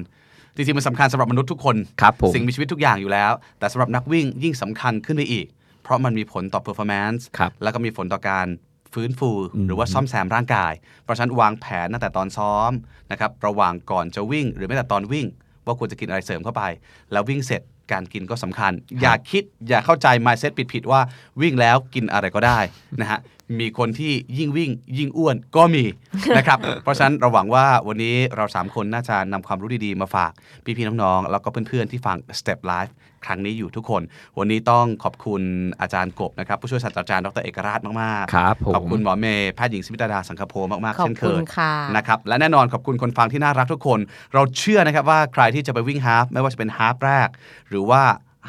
[SPEAKER 2] จริงๆ มันสำคัญสำหรับมนุษย์ทุกคน
[SPEAKER 4] ครับผม
[SPEAKER 2] สิ่งมีชีวิตทุกอย่างอยู่แล้ว แต่สำหรับนักวิ่งยิ่งสำคัญขึ้นไปอีก เพราะมันมีผลต่อ performance
[SPEAKER 4] ครับ
[SPEAKER 2] แล้วก็มีผลต่อการฟื้นฟู
[SPEAKER 4] อืม
[SPEAKER 2] หรือว่าซ่อมแซมร่างกาย เพราะฉะนั้นวางแผนตั้งแต่ตอนซ้อมนะครับระหว่างก่อนจะวิ่ง หรือแม้แต่ตอนวิ่ง ว่าควรจะกินอะไรเสริมเข้าไป แล้ววิ่งเสร็จการกินก็สำคัญ อย่าคิดอย่าเข้าใจ mindset ผิดๆว่าวิ่งแล้วกินอะไรก็ได้นะฮะ มีคนที่ยิ่งวิ่ง ยิ่งอ้วนก็มี นะครับ เพราะฉะนั้นเราหวังว่าวันนี้เรา 3 คนน่าจะนำความรู้ดีๆ มาฝากพี่ๆน้องๆ แล้วก็เพื่อนๆที่ฟัง Step Life ครั้งนี้อยู่ทุกคน วันนี้ต้องขอบคุณอาจารย์กบนะครับผู้ช่วยศาสตราจารย์ดรเอกราชมากๆ
[SPEAKER 4] ครับผม
[SPEAKER 2] ขอบคุณหมอเมย์แพทย์หญิงสมิตราดาสังคโพมากๆ
[SPEAKER 3] ขอ
[SPEAKER 2] เช่
[SPEAKER 3] บ
[SPEAKER 2] นเค
[SPEAKER 3] คุณ
[SPEAKER 2] ย
[SPEAKER 3] ค่ะ
[SPEAKER 2] นะครับและแน่นอนขอบคุณคนฟังที่น่ารักทุกคน เราเชื่อนะครับว่าใครที่จะไปวิ่งฮาฟไม่ว่าจะเป็นฮาฟแรก หรือว่า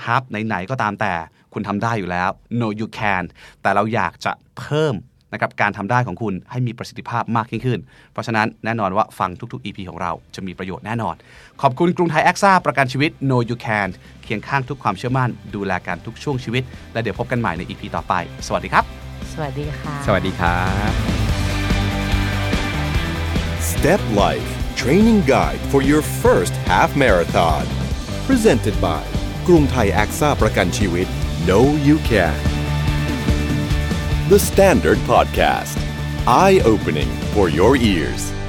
[SPEAKER 2] ฮาฟไหนๆก็ตามแต่คุณทำได้อยู่แล้ว no you can แต่เราอยากจะเพิ่มนะครับการทำได้ของคุณให้มีประสิทธิภาพมากยิ่งขึ้น เพราะฉะนั้นแน่นอนว่าฟังทุกๆ EP ของเราจะมีประโยชน์แน่นอน ขอบคุณกรุงไทยแอคซ่าประกันชีวิต no you can เคียงข้างทุกความเชื่อมั่น ดูแลกันทุกช่วงชีวิต และเดี๋ยวพบกันใหม่ใน EP ต่อไป สวัสดีครับ
[SPEAKER 3] สวัสดีค่ะ
[SPEAKER 4] สวัสดีครับ
[SPEAKER 1] Step Life Training Guide for your first half marathon. Presented by กรุงไทย AXA ประกันชีวิต No You Can The Standard Podcast Eye Opening for Your Ears